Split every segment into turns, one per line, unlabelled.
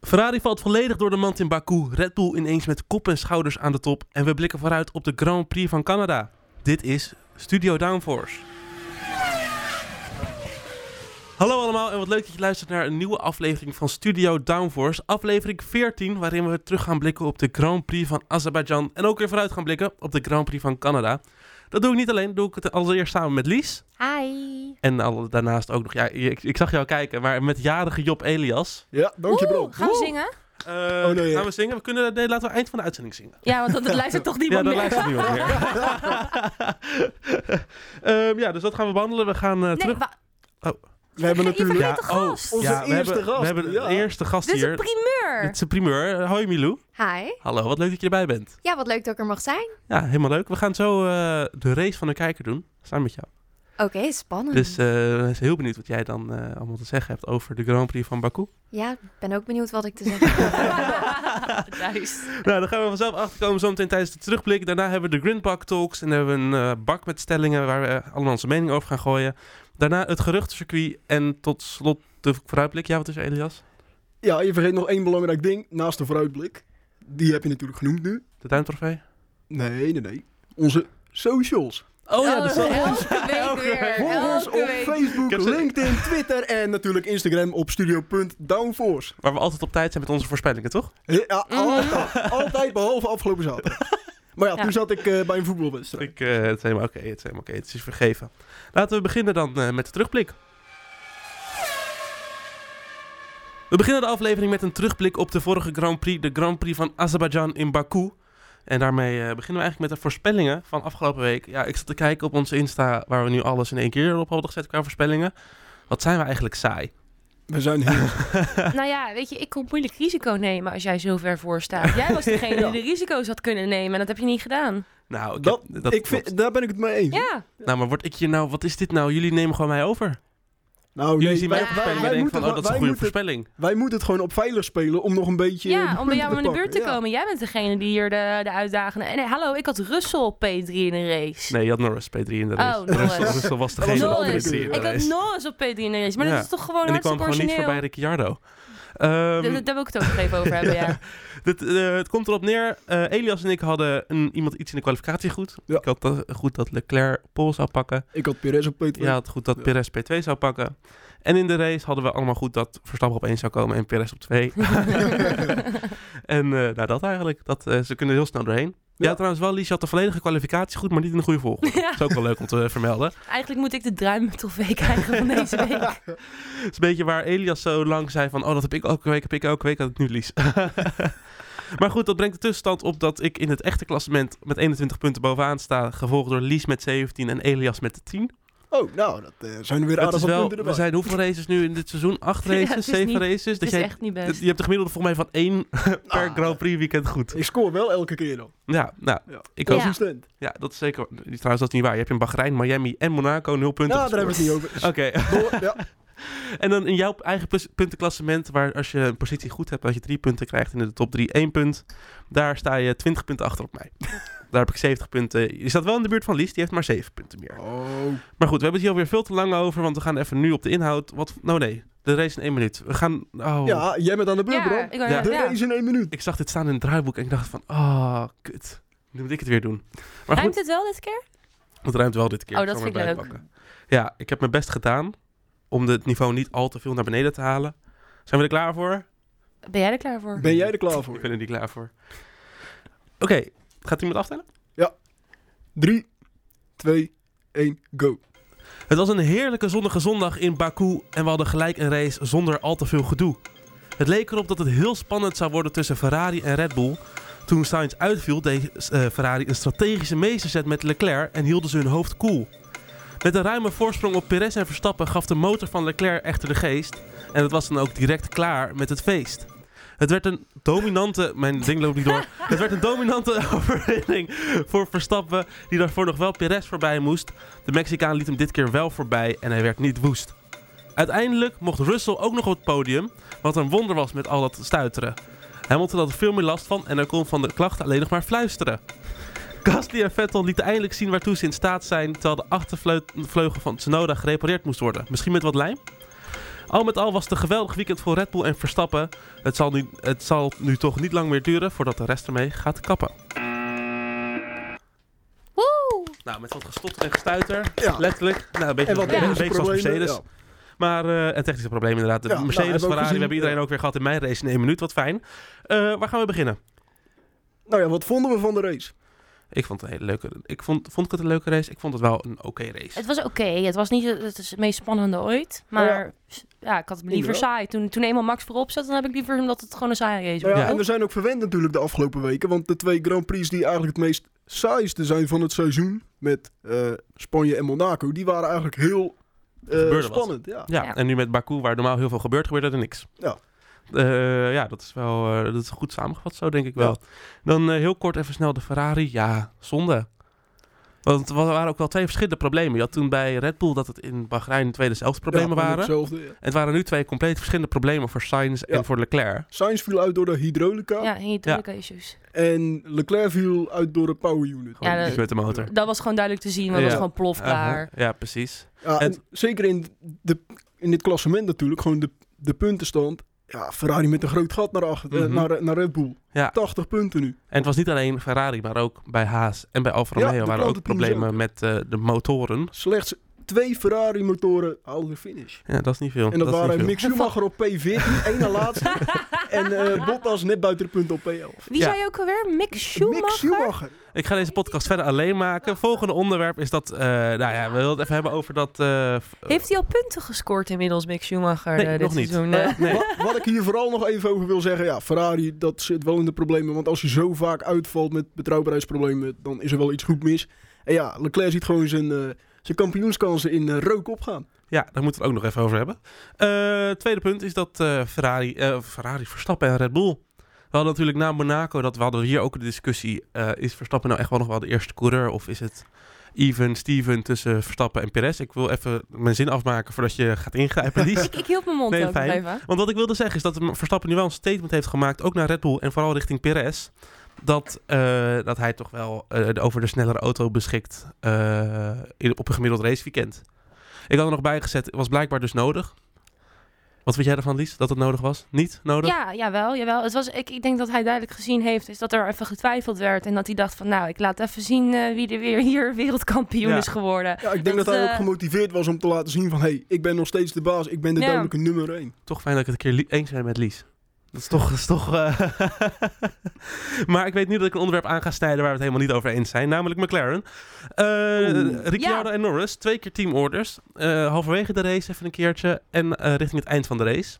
Ferrari valt volledig door de mand in Baku. Red Bull ineens met kop en schouders aan de top. En we blikken vooruit op de Grand Prix van Canada. Dit is Studio Downforce. Hallo allemaal en wat leuk dat je luistert naar een nieuwe aflevering van Studio Downforce. Aflevering 14, waarin we terug gaan blikken op de Grand Prix van Azerbeidzjan. En ook weer vooruit gaan blikken op de Grand Prix van Canada. Dat doe ik niet alleen, dat doe ik het allereerst samen met Lies.
Hi.
En alle- daarnaast ook nog, ja, ik, ik zag jou kijken, maar met jarige Job Elias.
Ja, dank je
Oeh,
bro.
Gaan we zingen?
Eh,
Oh, nee.
Gaan we zingen? We kunnen, nee, laten we eind van de uitzending zingen.
Ja, want dat, dat luistert toch niemand
ja,
meer.
dat luistert niemand meer. Ehm, ja, dus dat gaan we behandelen. We gaan eh,
nee,
terug. oh,
wa-
We hebben
je
natuurlijk...
vergeet de gast.
Onze
we
eerste
hebben,
gast,
We hebben de
ja.
eerste gast
dit is
hier.
een
Dit
primeur.
is een primeur. Eh, hoi Milou.
dus Hi.
Hallo, wat leuk dat je erbij bent.
Ja, wat leuk dat ik er mag zijn.
Ja, helemaal leuk. We gaan zo eh, de race van de kijker doen. Samen met jou.
Oké, spannend.
Dus eh, we zijn heel benieuwd wat jij dan eh, allemaal te zeggen hebt over de Grand Prix van Baku.
Ja, ik ben ook benieuwd wat ik te zeggen heb.
nice.
Nou, daar gaan we vanzelf achterkomen zometeen tijdens de terugblik. Daarna hebben we de Grindbak Talks en hebben we een eh, bak met stellingen waar we eh, allemaal onze mening over gaan gooien. Daarna het geruchtencircuit en tot slot de vooruitblik. Ja, wat is er, Elias?
Ja, je vergeet nog één belangrijk ding naast de vooruitblik. Die heb je natuurlijk genoemd nu.
De tuintrofee?
Nee, nee, nee. Onze socials.
Oh
elke week weer.
Volg ons
Elke
op
week.
Facebook,
heb ze-
LinkedIn, Twitter en natuurlijk Instagram op studio.downforce.
Waar we altijd op tijd zijn met onze voorspellingen, toch?
Ja, altijd, altijd behalve afgelopen zaterdag. Maar ja,
Mhm. Ja.
toen zat ik eh, bij een voetbalwedstrijd.
Ik, eh, het is helemaal oké, het is helemaal oké. Het is vergeven. Laten we beginnen dan eh, met de terugblik. We beginnen de aflevering met een terugblik op de vorige Grand Prix, de Grand Prix van Azerbeidzjan in Baku. En daarmee eh, beginnen we eigenlijk met de voorspellingen van afgelopen week. Ja, ik zat te kijken op onze Insta, waar we nu alles in één keer op hadden gezet qua voorspellingen. Wat zijn we eigenlijk saai?
We zijn heel...
Nou ja, weet je, ik kon moeilijk risico nemen als jij zo ver voor staat. Jij was degene die de risico's had kunnen nemen en dat heb je niet gedaan.
Nou, ik
Dat-
heb-
ik
klopt.
vind, daar ben ik het mee eens.
Ja.
nou, maar word ik hier nou, wat is dit nou? Jullie nemen gewoon mij over.
Nou,
Jullie
nee,
zien mijn
wij-
voorspelling
wij
en denken
moeten
van, oh, dat is een
wij
goede
moeten-
voorspelling.
Wij moeten het gewoon op veilig spelen om nog een beetje... eh, die
Ja, om bij
punten
jou in de buurt te
pakken. Ja.
komen. Jij bent degene die hier de, de uitdagende... En nee, hallo, ik had Russell op P3 in een race.
Nee, je had Norris P3 in de race.
Oh, Norris.
Russell, Russell was
Dat was
degene
een
op P3
andere
in de
keer.
Ik had
race.
Norris op P3 in een race. Maar
Ja.
dat is toch gewoon
En die kwam
hartstikke
gewoon niet voorbij
origineel.
Ricciardo. Ehm,
Daar daar wil ik het ook nog even over hebben, ja.
dit, eh, het komt erop neer. eh, Elias en ik hadden een, iemand iets in de kwalificatie goed.
Ja.
Ik had dat- goed dat Leclerc Pol zou pakken.
Ik had Perez op P2.
Je had goed dat
Ja.
Perez P2 zou pakken. En in de race hadden we allemaal goed dat Verstappen op 1 zou komen en Perez op 2. en eh, nou, dat eigenlijk. Dat, eh, ze kunnen heel snel doorheen. Ja,
Ja.
trouwens wel, Lies, je had de volledige kwalificatie goed, maar niet in de goede volgorde.
Ja.
Dat is ook wel leuk om te eh, vermelden.
Eigenlijk moet ik de druimentrofee krijgen van deze week.
Het is een beetje waar Elias zo lang zei van... oh, dat heb ik elke week, heb ik elke week, dat ik nu lies. maar goed, dat brengt de tussenstand op dat ik in het echte klassement... met 21 punten bovenaan sta, gevolgd door Lies met 17 en Elias met 10.
Oh, nou, dat eh, zijn er weer
Dat is
aardig wat
wel,
punten erbij.
we zijn hoeveel races nu in dit seizoen? Acht
Ja, het
races,
is
zeven
niet-
races.
Het is echt eh, niet best.
je hebt de gemiddelde volgens mij van één per
Ah.
Grand Prix weekend goed.
Ik scoor wel elke keer dan.
Ja, nou,
Ja.
ik ook. Ja.
Consistent.
dat is zeker... Trouwens, dat is niet waar. Je hebt in Bahrein, Miami en Monaco nul punten
Nou, daar hebben we het
gescoord.
niet over.
Oké,
Door, ja.
En dan in jouw eigen pus- puntenklassement, waar als je een positie goed hebt, dat je drie punten krijgt in de top drie, één punt. Daar sta je 20 punten achter op mij. Daar heb ik 70 punten. Je staat wel in de buurt van Lies, die heeft maar 7 punten meer.
Oh,
Maar goed, we hebben het hier alweer veel te lang over, want we gaan even nu op de inhoud. Wat? Nou nee, de race in één minuut. We gaan. Oh.
ja, jij bent aan de beurt,
Ja,
bro.
ik wou
Ja.
net-
De
ja.
race in één minuut.
Ik zag dit staan in het draaiboek en ik dacht van, oh, kut. Nu moet ik het weer doen. Maar goed,
Ruimt het wel dit keer?
het ruimt wel dit keer.
Oh, dat
zal maar
vind ik
erbij pakken. Ja, ik heb mijn best gedaan om het niveau niet al te veel naar beneden te halen. Zijn we er klaar voor?
Ben jij er klaar voor?
Ben jij er klaar voor?
Ik ben er niet klaar voor. Oké, gaat iemand aftellen?
3, 2, 1, go.
Het was een heerlijke zonnige zondag in Baku en we hadden gelijk een race zonder al te veel gedoe. Het leek erop dat het heel spannend zou worden tussen Ferrari en Red Bull. Toen Sainz uitviel, deed eh, Ferrari een strategische meesterzet met Leclerc en hielden ze hun hoofd koel. Met een ruime voorsprong op Perez en Verstappen gaf de motor van Leclerc echter de geest. En het was dan ook direct klaar met het feest. Het werd een dominante. Mijn ding loopt niet door. Het werd een dominante overwinning voor Verstappen, die daarvoor nog wel Perez voorbij moest. De Mexicaan liet hem dit keer wel voorbij en hij werd niet woest. Uiteindelijk mocht Russell ook nog op het podium, wat een wonder was met al dat stuiteren. Hamilton had er veel meer last van en hij kon van de klachten alleen nog maar fluisteren. Gasly en Vettel lieten eindelijk zien waartoe ze in staat zijn, terwijl de achtervleugel van Tsunoda gerepareerd moest worden. Misschien met wat lijm? Al met al was het een geweldig weekend voor Red Bull en Verstappen. Het zal nu, het zal nu toch niet lang meer duren voordat de rest ermee gaat kappen.
Woe!
Nou, met wat gestotter en gestuiter.
Ja.
Letterlijk. Nou, een beetje
En wat
een beetje
technische
zoals
problemen,
Mercedes.
ja.
Maar, eh, en technische problemen inderdaad. De
Ja, nou,
Mercedes,
hebben we ook
Ferrari, we
gezien.
hebben iedereen
Ja.
ook weer gehad in mijn race in één minuut. Wat fijn. Eh, waar gaan we beginnen?
Nou ja, wat vonden we van de race?
Ik vond het een hele leuke... Ik vond, vond ik het een leuke race? Ik vond het wel een oké race.
Het was oké. Het was niet het, het is het meest spannende ooit. Maar ja. ik had het liever
Inderdaad.
saai. Toen, toen eenmaal Max voorop zat, dan heb ik liever omdat het gewoon een saaie race
Nou
was.
ja,
Ja.
En we zijn ook verwend natuurlijk de afgelopen weken. Want de twee Grand Prix die eigenlijk het meest saaiste zijn van het seizoen. Met eh, Spanje en Monaco. Die waren eigenlijk heel eh,
gebeurde wat.
spannend. Ja.
Ja,
Ja.
en nu met Baku, waar normaal heel veel gebeurt, gebeurde er niks.
Ja.
Eh, ja, dat is wel eh, dat is goed samengevat zo, denk ik wel. Dan eh, heel kort even snel de Ferrari. Ja, zonde. Want er waren ook wel twee verschillende problemen. Je had toen bij Red Bull dat het in Bahrein twee dezelfde problemen
Ja,
waren. En
Hetzelfde, ja.
het waren nu twee compleet verschillende problemen voor Sainz en
Ja.
voor Leclerc.
Sainz viel uit door de hydraulica.
Ja, hier drukke issues.
En Leclerc viel uit door de power unit.
Gewoon
Ja,
iets
dat-
dus met de motor.
Dat was gewoon duidelijk te zien, want het
Ja. Uh-huh.
was gewoon plofklaar.
Aha, ja, precies.
Ja, en
En-
zeker in, de, in dit klassement natuurlijk, gewoon de, de puntenstand. Ja, Ferrari met een groot gat naar, achter, eh,
Mhm.
naar, naar Red Bull.
Ja.
80 punten nu.
En het was niet alleen Ferrari, maar ook bij Haas en bij Alfa
Ja,
Romeo
dat
waren
klopt,
ook
dat doen ze
problemen met eh, de motoren.
Slechts twee Ferrari-motoren haalden de finish.
Ja, dat is niet veel.
En dat,
is niet
waren
veel.
Mick Schumacher op P14, één na laatste. En eh, Bottas net buiten de punten op P11.
Wie
Ja.
zei je ook alweer? Mick Schumacher?
Mick Schumacher.
Ik ga deze podcast verder alleen maken. Volgende onderwerp is dat. eh, nou ja, we willen het even hebben over dat. eh, v-
Heeft hij al punten gescoord inmiddels, Mick Schumacher?
Nee,
eh, dit
nog niet.
seizoen?
Eh,
Eh,
nee.
Wat, wat ik hier vooral nog even over wil zeggen. Ja, Ferrari, dat zit wel in de problemen. Want als je zo vaak uitvalt met betrouwbaarheidsproblemen, dan is er wel iets goed mis. En ja, Leclerc ziet gewoon zijn, eh, zijn kampioenskansen in eh, rook opgaan.
Ja, daar moeten we het ook nog even over hebben. Eh, tweede punt is dat eh, Ferrari, eh, Ferrari, Verstappen en Red Bull. We hadden natuurlijk na Monaco, dat we hadden hier ook de discussie. eh, is Verstappen nou echt wel nog wel de eerste coureur? Of is het even Steven tussen Verstappen en Perez? Ik wil even mijn zin afmaken voordat je gaat ingrijpen. Lies.
Eh, ik, ik hield mijn mond
Nee,
ook nog
fijn.
even.
Want wat ik wilde zeggen is dat Verstappen nu wel een statement heeft gemaakt, ook naar Red Bull en vooral richting Perez. Dat, eh, dat hij toch wel eh, over de snellere auto beschikt eh, in- op een gemiddeld raceweekend. Ik had er nog bij gezet, het was blijkbaar dus nodig. Wat vind jij ervan, Lies? Dat het nodig was? Niet nodig?
Ja, jawel, jawel. Het was, ik, ik denk dat hij duidelijk gezien heeft is dat er even getwijfeld werd. En dat hij dacht van, nou, ik laat even zien eh, wie er weer hier wereldkampioen
Ja.
is geworden.
Ja, ik denk
Dat,
dat, hij
eh,
ook gemotiveerd was om te laten zien van... hé, hey, ik ben nog steeds de baas, ik ben de
Ja.
duidelijke nummer één.
Toch fijn dat ik het een keer li- eens ben met Lies. Dat is toch... Dat is toch eh, maar ik weet nu dat ik een onderwerp aan ga snijden waar we het helemaal niet over eens zijn. Namelijk McLaren. Eh
Oeh.
Ricciardo en Norris. Twee keer teamorders. Eh, halverwege de race even een keertje. En eh, richting het eind van de race.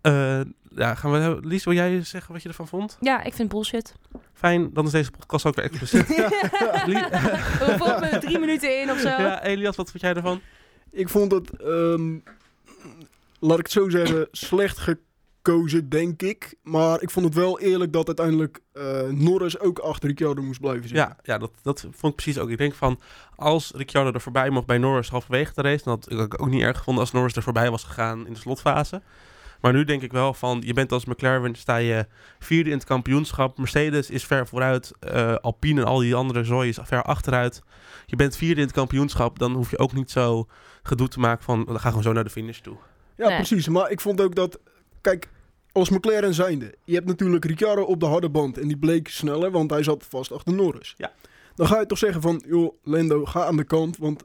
Eh, ja, gaan we, Lies, wil jij zeggen wat je ervan vond?
Ja, ik vind het bullshit.
Fijn, dan is deze podcast ook weer expliciet. Lie-
We vonden me drie minuten in of zo.
ja, Elias, wat vond jij ervan?
Ik vond het, ehm, laat ik het zo zeggen, slecht gekozen, denk ik. Maar ik vond het wel eerlijk dat uiteindelijk eh, Norris ook achter Ricciardo moest blijven zitten.
Ja, ja dat, dat vond ik precies ook. Ik denk van, als Ricciardo er voorbij mocht bij Norris halverwege de race... dan had ik het ook niet erg gevonden als Norris er voorbij was gegaan in de slotfase. Maar nu denk ik wel van, je bent als McLaren, sta je vierde in het kampioenschap. Mercedes is ver vooruit, eh, Alpine en al die andere zooi is ver achteruit. Je bent vierde in het kampioenschap, dan hoef je ook niet zo gedoe te maken van... we gaan gewoon zo naar de finish toe.
Ja,
Nee.
precies. Maar ik vond ook dat, kijk, als McLaren zijnde, je hebt natuurlijk Ricciardo op de harde band en die bleek sneller, want hij zat vast achter Norris.
Ja.
Dan ga je toch zeggen van, joh, Lando, ga aan de kant, want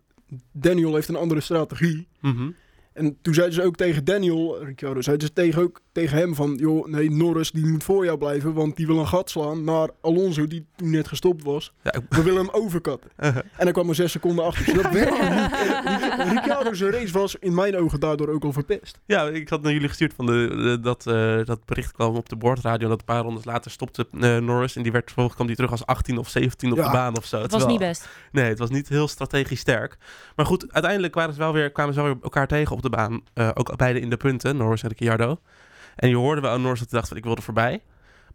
Daniel heeft een andere strategie.
Mhm.
En toen zeiden ze ook tegen Daniel, Ricciardo, zeiden ze tegen, ook, tegen hem van... joh, nee, Norris die moet voor jou blijven, want die wil een gat slaan naar Alonso, die toen net gestopt was.
Ja, ik-
We willen hem overkatten. En hij kwam er zes seconden achter, dus dat werkte niet. En Ricciardo's race was in mijn ogen daardoor ook al verpest.
Ja, ik had naar jullie gestuurd van de, de- dat, eh, dat bericht kwam op de boordradio. Dat een paar rondes later stopte eh, Norris. En die werd vervolgens kwam die terug als 18 of 17 op de
Ja.
baan of zo.
Het was
Terwijl-
niet best.
Nee, het was niet heel strategisch sterk. Maar goed, uiteindelijk waren ze wel weer, kwamen ze wel weer elkaar tegen op de baan. Eh, ook beide in de punten, Norris en Ricciardo. En je hoorde wel aan Norris dat hij dacht van ik wilde voorbij.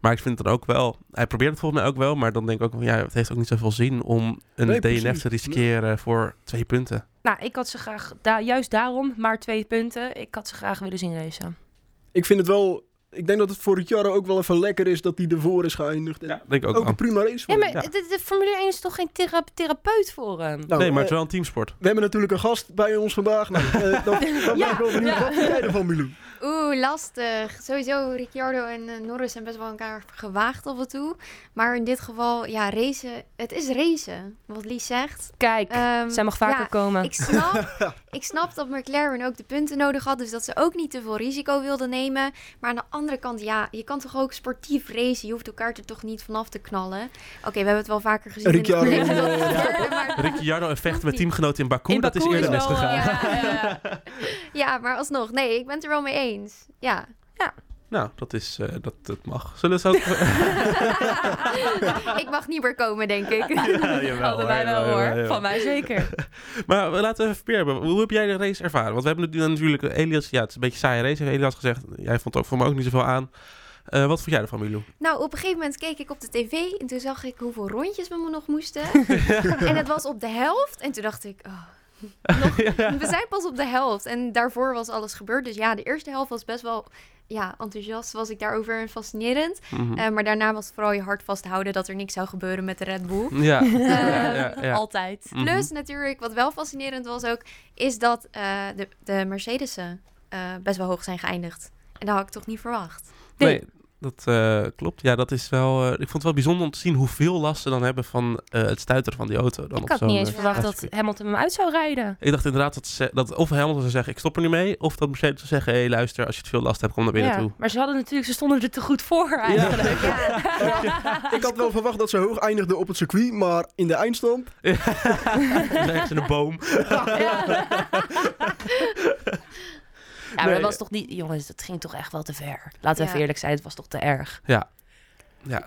Maar ik vind het dan ook wel... Hij probeert het volgens mij ook wel. Maar dan denk ik ook van ja, het heeft ook niet zoveel zin om een
Nee,
DNF
precies.
te riskeren voor twee punten.
Nou, ik had ze graag, da- juist daarom, maar twee punten. Ik had ze graag willen zien racen.
Ik vind het wel ik denk dat het voor Ricciardo ook wel even lekker is dat hij ervoor is geëindigd. En
Ja, denk ik ook.
ook
aan.
een prima race.
Ja,
voor
maar
hem.
De, de Formule 1 is toch geen thera- therapeut voor hem?
Nou,
nee, maar het
eh,
is wel een teamsport.
we hebben natuurlijk een gast bij ons vandaag. Nou, eh, dan, dan ben ik wel benieuwd.
ja.
Wat vind jij ervan, Milou?
Oeh, lastig. Sowieso, Ricciardo en eh, Norris zijn best wel elkaar gewaagd af en toe. Maar in dit geval, ja, racen. Het is racen, wat Lies zegt.
Kijk,
Ehm,
zij mag vaker
ja,
komen.
Ik snap, ik snap dat McLaren ook de punten nodig had. Dus dat ze ook niet te veel risico wilden nemen. Maar aan de andere kant, ja, je kan toch ook sportief racen. Je hoeft elkaar er toch niet vanaf te knallen. Oké, we hebben het wel vaker gezien. in het
Ricciardo,
verleden dat
eh,
het gebeurde, maar-
Ricciardo en vechten met
niet.
teamgenoten in Baku,
In
dat is
Baku
eerder
is wel,
misgegaan.
eh,
Ja, ja, ja. Ja, maar alsnog. Nee, ik ben het er wel mee eens. Ja.
Nou, dat, is, eh, dat, dat mag. Zullen ze ook...
ik mag niet meer komen, denk ik.
ja, jawel, jawel,
Allebei wel hoor,
jawel, jawel.
van mij zeker.
Maar we laten we even Peer hebben. Hoe heb jij de race ervaren? Want we hebben nu natuurlijk eh, Elias... Ja, het is een beetje een saaie race, heeft Elias gezegd. Jij vond het ook voor me ook niet zoveel aan. Eh, wat vond jij ervan, Milou?
Nou, op een gegeven moment keek ik op de tv en toen zag ik hoeveel rondjes we nog moesten. en het was op de helft. En toen dacht ik, oh, nog, we zijn pas op de helft. En daarvoor was alles gebeurd. Dus ja, de eerste helft was best wel ja, enthousiast, was ik daarover en fascinerend.
Mhm.
Eh, maar daarna was het vooral je hart vasthouden dat er niks zou gebeuren met de Red Bull.
ja,
eh,
ja, ja, ja.
Altijd.
Mhm.
Plus natuurlijk, wat wel fascinerend was ook, is dat eh, de, de Mercedes'en eh, best wel hoog zijn geëindigd. En dat had ik toch niet verwacht.
Nee,
Nee.
dat eh, klopt. Ja, dat is wel. eh, ik vond het wel bijzonder om te zien hoeveel last ze dan hebben van eh, het stuiteren van die auto. Dan
Ik
op
had
zo'n,
niet eens
eh,
verwacht dat
raceparcours.
Hamilton hem uit zou rijden.
Ik dacht inderdaad dat, ze, dat of Hamilton zou zeggen: ik stop er nu mee. Of dat Mercedes zou zeggen: hé, hey, luister, als je het veel last hebt, kom naar binnen toe.
maar ze hadden natuurlijk, ze stonden er te goed voor eigenlijk.
Ja.
Ik had wel verwacht dat ze hoog eindigden op het circuit, maar in de eindstand...
Ergens in een boom.
Ja, maar
Nee.
dat was toch niet... Jongens, dat ging toch echt wel te ver. Laten we
Ja.
even eerlijk zijn, het was toch te erg.
Ja,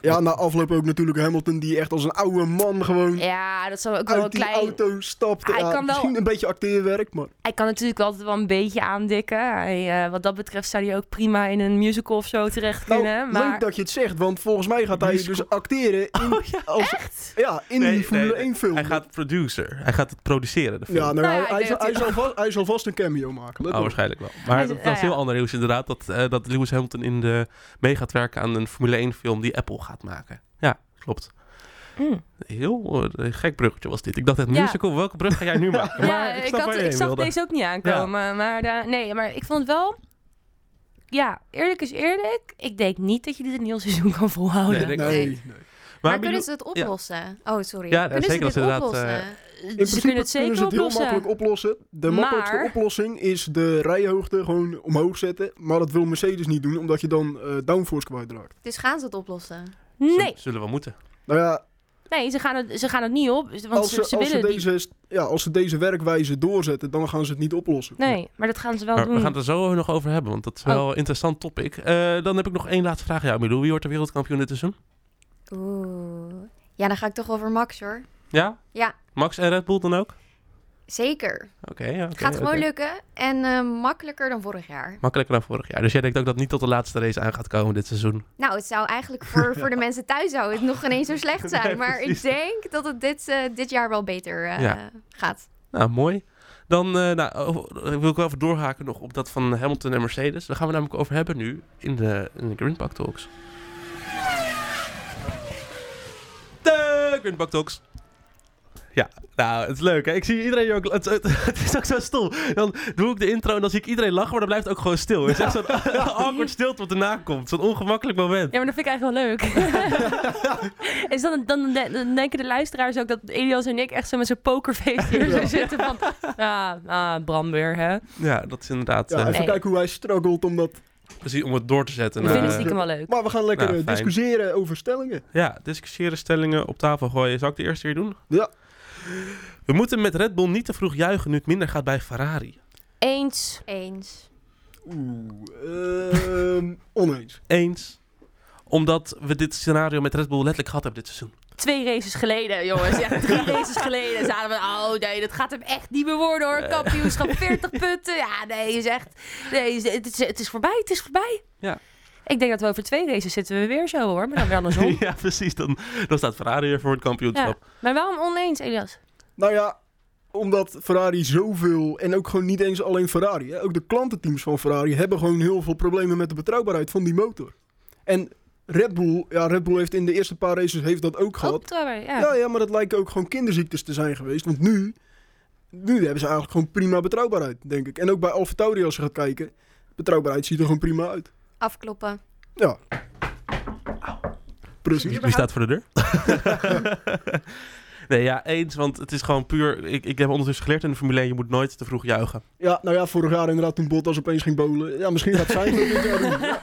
Ja, na afloop ook natuurlijk Hamilton, die echt als een oude man gewoon
Ja, dat zou ook wel een
uit die
klein...
auto stapte.
Hij
Ja,
kan wel-
Misschien een beetje acteerwerk, maar...
Hij kan natuurlijk altijd wel een beetje aandikken. Hij, eh, wat dat betreft zou hij ook prima in een musical of zo terecht
Nou,
kunnen.
leuk
Maar...
dat je het zegt, want volgens mij gaat hij
Musical.
dus acteren in,
Oh ja,
als,
echt?
ja, in
Nee,
die Formule
nee,
1 film.
Hij gaat producer. Hij gaat het produceren. De film.
Ja, nou,
Nou
hij,
ja, ik
hij,
denk
zal,
dat
hij,
hij-
zal vast, hij zal vast een cameo maken. let
Oh,
op.
waarschijnlijk wel. Maar
Hij-
dat, dat
ja,
is heel
ja.
ander nieuws inderdaad. Dat, eh, dat Lewis Hamilton in de, mee gaat werken aan een Formule 1 film die Apple gaat maken. Ja, klopt.
Mm.
Heel eh, gek bruggetje was dit. Ik dacht, het
Ja.
musical, welke brug ga jij nu maken?
ja, ik,
snap
had,
waar je
ik
heen
zag
wilde.
deze ook niet aankomen. Maar daar- nee, maar ik vond het wel... Ja, eerlijk is eerlijk. Ik denk niet dat je dit een heel seizoen kan volhouden.
Nee,
Nee, nee.
Maar,
Maar
kunnen
bedoel-
ze het oplossen? Oh, sorry.
Ja,
kunnen
zeker, dat
ze
is
dit
inderdaad,
oplossen?
eh,
In
Dus ze
principe
kunnen het zeker
ze het heel
oplossen.
makkelijk oplossen. De
Maar-
makkelijkste oplossing is de rijhoogte gewoon omhoog zetten. Maar dat wil Mercedes niet doen, omdat je dan eh downforce kwijtraakt.
Dus gaan ze het oplossen?
Nee,
Zul- Zullen we moeten.
Nou ja,
nee ze, gaan het, ze gaan het niet op. Want
als ze,
ze, ze
als, ze
willen die-
deze, st- ja, als ze deze werkwijze doorzetten, dan gaan ze het niet oplossen.
Nee, maar dat gaan ze wel
Maar
doen.
we gaan het er zo nog over hebben, want dat is wel een interessant topic. Eh, dan heb ik nog één laatste vraag. Ja, Milou, wie wordt de wereldkampioen dit seizoen?
Oeh. Ja, dan ga ik toch wel voor Max hoor.
Ja?
Ja.
Max en Red Bull dan ook?
Zeker. Het
Oké, ja, oké,
gaat gewoon
oké.
lukken. En eh, makkelijker dan vorig jaar.
Makkelijker dan vorig jaar. Dus jij denkt ook dat het niet tot de laatste race aan gaat komen dit seizoen.
Nou, het zou eigenlijk voor, voor de mensen thuis zou het nog ineens zo slecht zijn. maar ik denk dat het dit, eh, dit jaar wel beter eh,
Ja.
gaat.
Nou, mooi. Dan eh, nou, oh, wil ik wel even doorhaken nog op dat van Hamilton en Mercedes. Daar gaan we namelijk over hebben nu in de, in de Green Park Talks. De Green Park Talks. Ja, nou, het is leuk. Hè? Ik zie iedereen hier ook... Het, het, het is ook zo stil. Dan doe ik de intro en dan zie ik iedereen lachen, maar dan blijft het ook gewoon stil. Het is echt zo'n awkward stilte wat erna komt. Zo'n ongemakkelijk moment.
Ja, maar dat vind ik eigenlijk wel leuk. is dan, dan, dan denken de luisteraars ook dat Elias en ik echt zo met zo'n pokerface hier zo zitten van... Ah, ah, Bram weer, hè.
Ja, dat is inderdaad...
Ja,
eh,
even
Nee.
kijken hoe hij struggelt om dat...
precies om het door te zetten.
We
naar-
vinden stiekem wel leuk.
Maar we gaan lekker
Nou,
eh,
fijn.
discussiëren over stellingen.
Ja, discussiëren, stellingen op tafel gooien. Zal ik de eerste keer doen?
Ja.
We moeten met Red Bull niet te vroeg juichen nu het minder gaat bij Ferrari.
Eens.
Eens.
Oeh, ehm, oneens.
Eens. Omdat we dit scenario met Red Bull letterlijk gehad hebben dit seizoen.
Twee races geleden, jongens. Ja, drie races geleden zaten we... Oh nee, dat gaat hem echt niet meer worden hoor. Kampioenschap 40 punten. Ja, nee, is echt... Nee, is- het is, het is voorbij, het is voorbij.
Ja.
Ik denk dat we over twee races zitten we weer Oh, zo hoor. Maar dan weer andersom.
ja, precies. Dan, dan staat Ferrari weer voor het kampioenschap.
Maar waarom oneens, Elias?
Nou ja, omdat Ferrari zoveel, en ook gewoon niet eens alleen Ferrari, hè, ook de klantenteams van Ferrari hebben gewoon heel veel problemen met de betrouwbaarheid van die motor. En Red Bull, ja, Red Bull heeft in de eerste paar races heeft dat ook gehad. Nou
Ook betrouwbaar, ja.
Ja, ja, maar dat lijken ook gewoon kinderziektes te zijn geweest. Want nu, nu hebben ze eigenlijk gewoon prima betrouwbaarheid, denk ik. En ook bij AlphaTauri als je gaat kijken, betrouwbaarheid ziet er gewoon prima uit.
Afkloppen.
Ja. Precies.
Wie staat voor de deur? nee, ja, eens. Want het is gewoon puur... Ik, ik heb ondertussen geleerd in de Formule 1, je moet nooit te vroeg juichen.
Ja, nou ja, vorig jaar inderdaad toen Bottas opeens ging bowlen. Ja, misschien gaat zij dat dit jaar doen. Ja.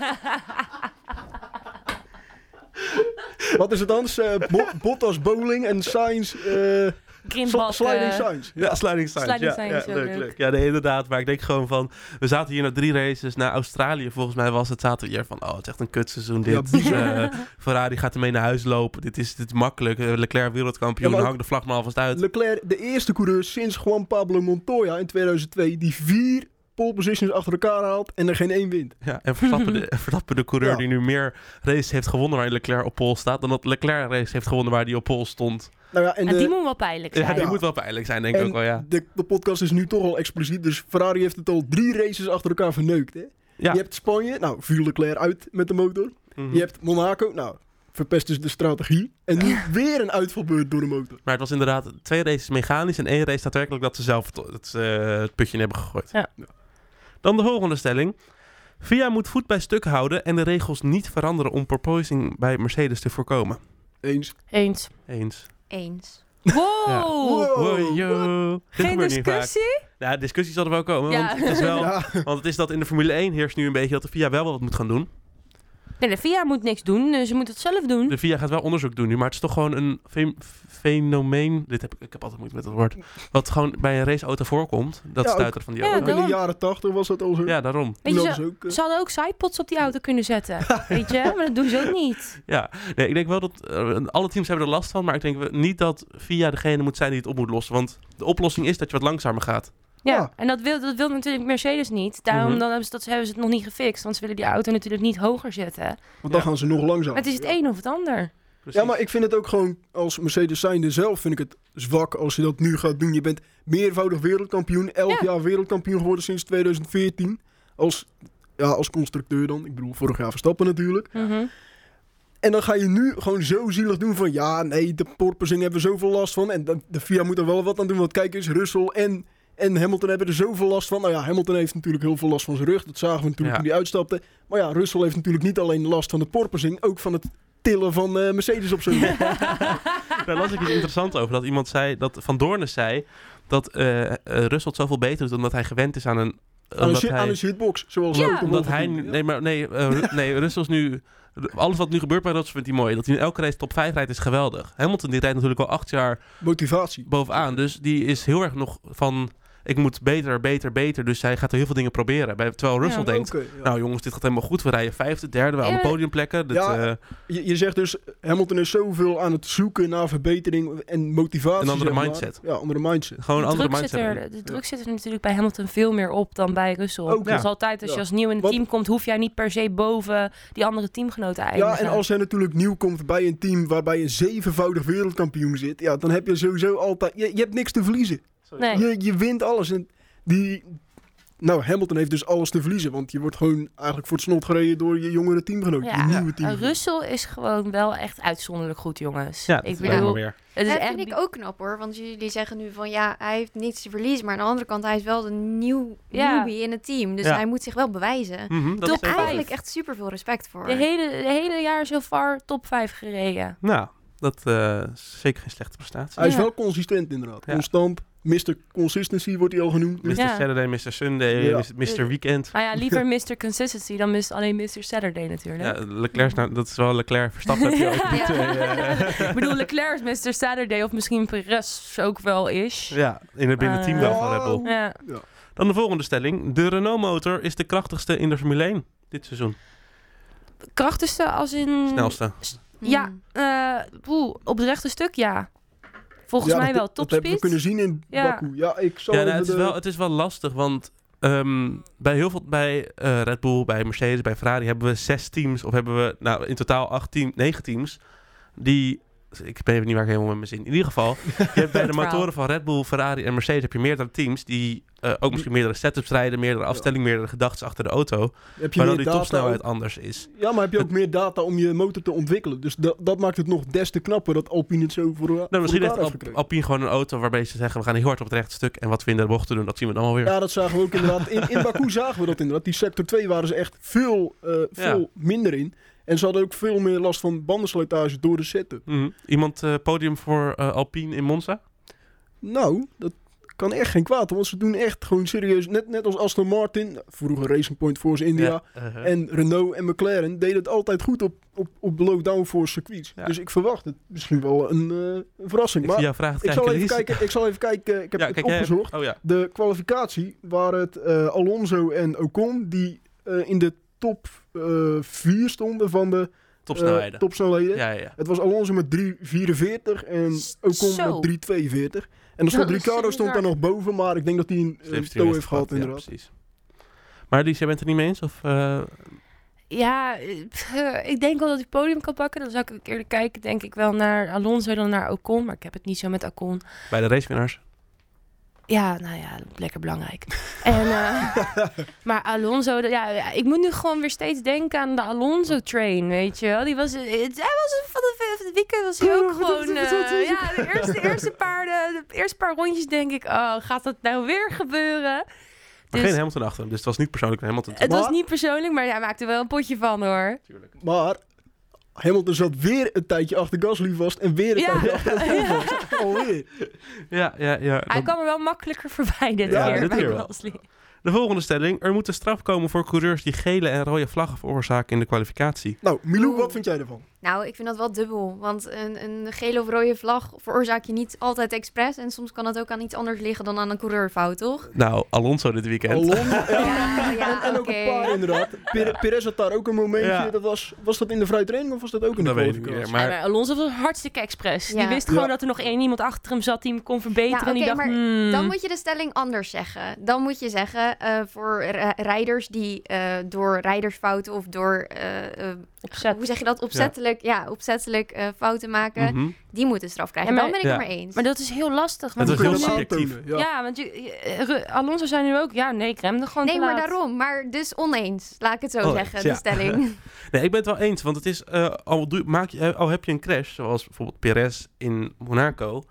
Wat is het anders? Eh, Bo- Bottas bowling en Sainz... eh, sli-
Grimbal,
sliding
eh,
Sainz.
Ja, sliding signs. ja,
Sliding signs,
ja,
ook
leuk,
leuk.
leuk. Ja, nee, inderdaad. Maar ik denk gewoon van... We zaten hier na drie races naar Australië. Volgens mij was het zaten we hier van... Oh, het is echt een kutseizoen
Ja,
dit. Eh, Ferrari gaat ermee naar huis lopen. Dit is, dit is makkelijk. Eh, Leclerc wereldkampioen.
Ja, maar ook-
hang de vlag maar alvast uit.
Leclerc, de eerste coureur sinds Juan Pablo Montoya in 2002, die vier pole positions achter elkaar haalt en er geen één wint.
Ja, en Verstappen de, Verstappen de coureur
Ja.
die nu meer races heeft gewonnen waarin Leclerc op pole staat... dan dat Leclerc een race heeft gewonnen waar hij op pole stond.
Nou ja, en,
En
de,
die moet wel pijnlijk
Ja,
zijn.
die
Ja.
moet wel pijnlijk zijn, denk ik
en
ook wel, ja.
de, de podcast is nu toch al expliciet, dus Ferrari heeft het al drie races achter elkaar verneukt. Hè?
Ja.
Je hebt Spanje, nou, viel Leclerc uit met de motor.
Mhm.
Hm.
Je hebt Monaco, nou, verpest dus de strategie. En nu weer een uitvalbeurt door de motor.
Maar het was inderdaad twee races mechanisch en één race daadwerkelijk dat ze zelf het, het, eh, het putje in hebben gegooid.
Ja.
Dan de volgende stelling. VIA moet voet bij stuk houden en de regels niet veranderen om proposing bij Mercedes te voorkomen.
Eens.
Eens.
Eens.
Eens.
Wow!
Ja.
Wow,
Wow, yo. Dit
Geen
gebeurt niet vaak.
discussie?
Ja, discussies hadden we ook komen.
Ja.
Want, het is wel,
Ja,
want het is dat in de Formule 1 heerst nu een beetje dat de VIA wel wat moet gaan doen.
Nee, de VIA moet niks doen. eh, Ze moet het zelf doen.
De VIA gaat wel onderzoek doen nu, maar het is toch gewoon een fe- fenomeen. Dit heb ik, ik heb altijd moeite met dat woord. Wat gewoon bij een raceauto voorkomt, dat
Ja, ook-
stuiteren van die
Ja,
auto.
ook in de
daarom.
jaren tachtig was dat al zo.
Ja, daarom.
Toen
Weet je,
hadden ze ook, eh,
Ze hadden ook sidepods op die auto kunnen zetten. weet je? Maar dat doen ze ook niet.
Ja, nee, ik denk wel dat eh, alle teams hebben er last van, maar ik denk wel- niet dat VIA degene moet zijn die het op moet lossen. Want de oplossing is dat je wat langzamer gaat.
Ja,
Ja.
en dat wil, dat wil natuurlijk Mercedes niet. Daarom
Mhm.
dan hebben, ze, dat, hebben ze het nog niet gefixt. Want ze willen die auto natuurlijk niet hoger zetten.
Want dan
Oh, Ja.
gaan ze nog langzamer.
Maar het is het
Ja.
een of het ander.
Precies.
Ja, maar ik vind het ook gewoon als Mercedes zijnde zelf vind ik het zwak als je dat nu gaat doen. Je bent meervoudig wereldkampioen, elk
Ja.
jaar wereldkampioen geworden sinds 2014. Als, ja, als constructeur dan. Ik bedoel, vorig jaar Verstappen natuurlijk.
Mhm.
En dan ga je nu gewoon zo zielig doen van... Ja, nee, de porpoising hebben we zoveel last van. En de, de FIA moet er wel wat aan doen. Want kijk eens, Russell en, en Hamilton hebben er zoveel last van. Nou ja, Hamilton heeft natuurlijk heel veel last van zijn rug. Dat zagen we natuurlijk
Ja.
toen hij uitstapte. Maar ja, Russell heeft natuurlijk niet alleen last van de porpoising... ook van het tillen van eh, Mercedes op zijn rug.
Daar las ik iets interessants over. Dat iemand zei, dat Van Doornen zei, dat eh eh, Russell het zoveel beter doet omdat hij gewend is aan een...
Aan een,
omdat
shit,
hij,
aan een shitbox, zoals
Ja.
Lothar
omdat
Wolff
hij
doet.
nu- nee, maar nee, eh, Ru- nee, Russell is nu... Alles wat nu gebeurt bij Russell vindt hij mooi. Dat hij in elke race top 5 rijdt is geweldig. Hamilton die rijdt natuurlijk al acht jaar
Motivatie.
bovenaan. Dus die is heel erg nog van... Ik moet beter, beter, beter. Dus hij gaat heel veel dingen proberen. Bij- Terwijl Russell
Ja,
denkt...
Oké, ja.
Nou jongens, dit gaat helemaal goed. We rijden vijfde, derde, we
Ja,
allemaal
maar-
podiumplekken. Dit,
Ja,
eh,
je, je zegt dus, Hamilton is zoveel aan het zoeken naar verbetering en motivatie.
Een andere
zeg maar.
mindset.
Ja, andere mindset.
gewoon een
De
andere
druk,
mindset.
zit er, de druk zit er natuurlijk bij Hamilton veel meer op dan bij Russell.
Ook,
Dat is
ja.
altijd, als je
Ja.
als nieuw in het
Wat-
team komt, hoef jij niet per se boven die andere teamgenoten uit.
Ja, en als hij natuurlijk nieuw komt bij een team waarbij een zevenvoudig wereldkampioen zit, ja, dan heb je sowieso altijd... Je, je hebt niks te verliezen.
Nee.
Je, je wint alles. En die, nou, Hamilton heeft dus alles te verliezen, want je wordt gewoon eigenlijk voor het snot gereden door je jongere teamgenoot,
Ja.
je nieuwe
Uh,
team.
Russell is gewoon wel echt uitzonderlijk goed, jongens.
Ja,
ik
ik
bedoel,
weer.
het is
dat
echt...
vind ik ook knap hoor. Want jullie zeggen nu van ja, hij heeft niets te verliezen. Maar aan de andere kant, hij is wel de nieuw,
Ja.
newbie in het team. Dus
Ja.
hij moet zich wel bewijzen.
Mhm, dat
Top
is
Toch
zeker.
eigenlijk echt super veel respect voor.
De hele, de hele jaar zo far top 5 gereden.
Nou, dat eh, is zeker geen slechte prestatie.
Hij is
Ja.
wel consistent inderdaad.
Ja.
Constant. Mr. Consistency wordt hij al genoemd.
Mr.
Ja.
Saturday, Mr. Sunday,
Ja.
Mr. Weekend.
Nou ja, liever Mr. Consistency dan mis- alleen Mr. Saturday
Ja,
natuurlijk.
Leclerc, is nou, dat is wel Leclerc. Verstappen heb je ook die
Ja.
twee, eh,
ik bedoel, Leclerc is Mr. Saturday of misschien Perez ook wel is.
ja, in het binnen
Eh,
team wel van Red Bull.
wow.
Ja.
Dan de volgende stelling. De Renault motor is de krachtigste in de Formule 1 dit seizoen.
Krachtigste als in...
Snelste.
Hmm.
Ja, eh, poeh, op het rechte stuk ja. Volgens
Ja,
mij
dat-
wel
Dat hebben we
topspeed.
kunnen zien in
Ja.
Baku. Ja, ik zal
Ja, nou,
even
het, is
de-
wel, het is wel lastig, want ehm, bij heel veel, bij eh, Red Bull, bij Mercedes, bij Ferrari hebben we zes teams, of hebben we nou, in totaal acht team, negen teams, die Dus ik ben even niet waar ik helemaal met mijn zin. In ieder geval, je hebt bij de
verhaal.
motoren van Red Bull, Ferrari en Mercedes heb je meerdere teams die eh, ook misschien meerdere setups rijden, meerdere afstelling, meerdere gedachten achter de auto.
Heb je
Waardoor
meer
die
data
topsnelheid
ook-
anders is.
Ja, maar heb je ook meer data om je motor te ontwikkelen. Dus da- dat maakt het nog des te knapper dat Alpine het zo voor, eh, voor
Nou, misschien
elkaar
heeft
heeft
Al-
gekregen.
Alpine gewoon een auto waarbij ze zeggen, we gaan heel hard op het rechte stuk en wat we in de bochten doen, dat zien we dan alweer. weer.
Ja, dat zagen we ook inderdaad. In, in Baku zagen we dat inderdaad. Die sector 2 waren ze echt veel, eh, veel minder in. En ze hadden ook veel meer last van bandenslijtage door de setup.
Mhm. Iemand eh, podium voor eh, Alpine in Monza?
Nou, dat kan echt geen kwaad. Want ze doen echt gewoon serieus. Net, net als Aston Martin, vroeger Racing Point Force India.
Ja, eh,
En Renault en McLaren deden het altijd goed op, op, op low-down voor circuits.
Ja.
Dus ik verwacht het misschien wel een eh, een verrassing.
ik
maar
zie jouw vraag te
ik, zal
kijken,
even
Lies.
kijken, ik zal even kijken. Ik heb
Ja,
het
kijk, jij hebt-
opgezocht.
Oh ja.
De kwalificatie waren het eh, Alonso en Ocon die eh, in de top 4 stonden van de eh,
Topsnelheden.
topsnelheden.
ja, ja, ja.
Het was Alonso met 3,44 en Ocon
Zo.
met 3,42. En dan stond
is
Ricardo
echt
stond daar
bizar.
nog boven, maar ik denk dat hij een
Ze heeft
eh,
die
tow heeft
wedstrijd
gehad
ja,
inderdaad.
precies. Maar Lies, jij bent het er niet mee eens? Of, eh,
Ja, eh, pff, eh, ik denk wel dat ik podium kan pakken. Dan zou ik ook eerder kijken, denk ik wel, naar Alonso dan naar Ocon. Maar ik heb het niet zo met Ocon.
bij de racewinnaars?
Ja, nou ja, lekker belangrijk. En, eh, maar Alonso, de- ja, ja, ik moet nu gewoon weer steeds denken aan de Alonso-train, weet je wel. Die was, eh, het, hij was van het, van het weekend was hij ook gewoon... eh, ja, de eerste, de eerste paar, de, de eerste paar rondjes denk ik, oh, gaat dat nou weer gebeuren?
Maar
Dus-
geen Hamilton achter hem, dus het was niet persoonlijk naar Hamilton.
Het was
Maar-
niet persoonlijk, maar hij maakte wel een potje van, hoor.
Maar Hamilton zat weer een tijdje achter Gasly vast en weer een
Ja.
tijdje achter Ocon vast. Alweer.
Ja, ja, ja.
Eh, Hij
Dan-
kwam er wel makkelijker voorbij dit
Ja,
keer
dit
bij
keer wel.
Gasly.
De volgende stelling. Er moet een straf komen voor coureurs die gele en rode vlaggen veroorzaken in de kwalificatie.
Nou, Milou,
Oeh.
wat vind jij ervan?
Nou, ik vind dat wel dubbel. Want een, een gele of rode vlag veroorzaak je niet altijd expres. En soms kan het ook aan iets anders liggen dan aan een coureurfout, toch?
Nou, Alonso dit weekend.
Alonso
Ja,
en, en ook een paar inderdaad. Pere- Perez had daar ook een momentje.
Ja.
Dat was, was dat in de vrije training of was dat ook in de
dat weet ik niet meer.
kwalificatie?
Maar,
Maar
Alonso was hartstikke expres. Die
Ja.
wist gewoon
Ja.
dat er nog één iemand achter hem zat die hem kon verbeteren.
Ja,
en die
oké,
dacht,
maar
hmm,
Dan moet je de stelling anders zeggen. Dan moet je zeggen eh, voor ri- rijders die eh, door rijdersfouten of door, eh, eh,
opzet.
hoe zeg je dat, opzettelijk, ja. opzettelijk eh, fouten maken,
Mhm.
die moeten straf krijgen.
Ja, maar-
Dan ben ik
Ja.
het maar eens.
Maar dat is heel lastig.
Het
Want
is
Hoe kun je
heel
dat
Alonso-
subjectief.
aantonen?
ja.
Ja.
want je, je- Ru- Alonso zei nu ook, ja, nee, ik remde gewoon
nee,
te
maar
laat. Oh,
daarom. Maar dus oneens, laat ik het zo
Oneens,
zeggen,
ja.
de stelling.
Nee, ik ben het wel eens. Want het is, eh, al, doe- maak je, eh, al heb je een crash, zoals bijvoorbeeld Perez in Monaco.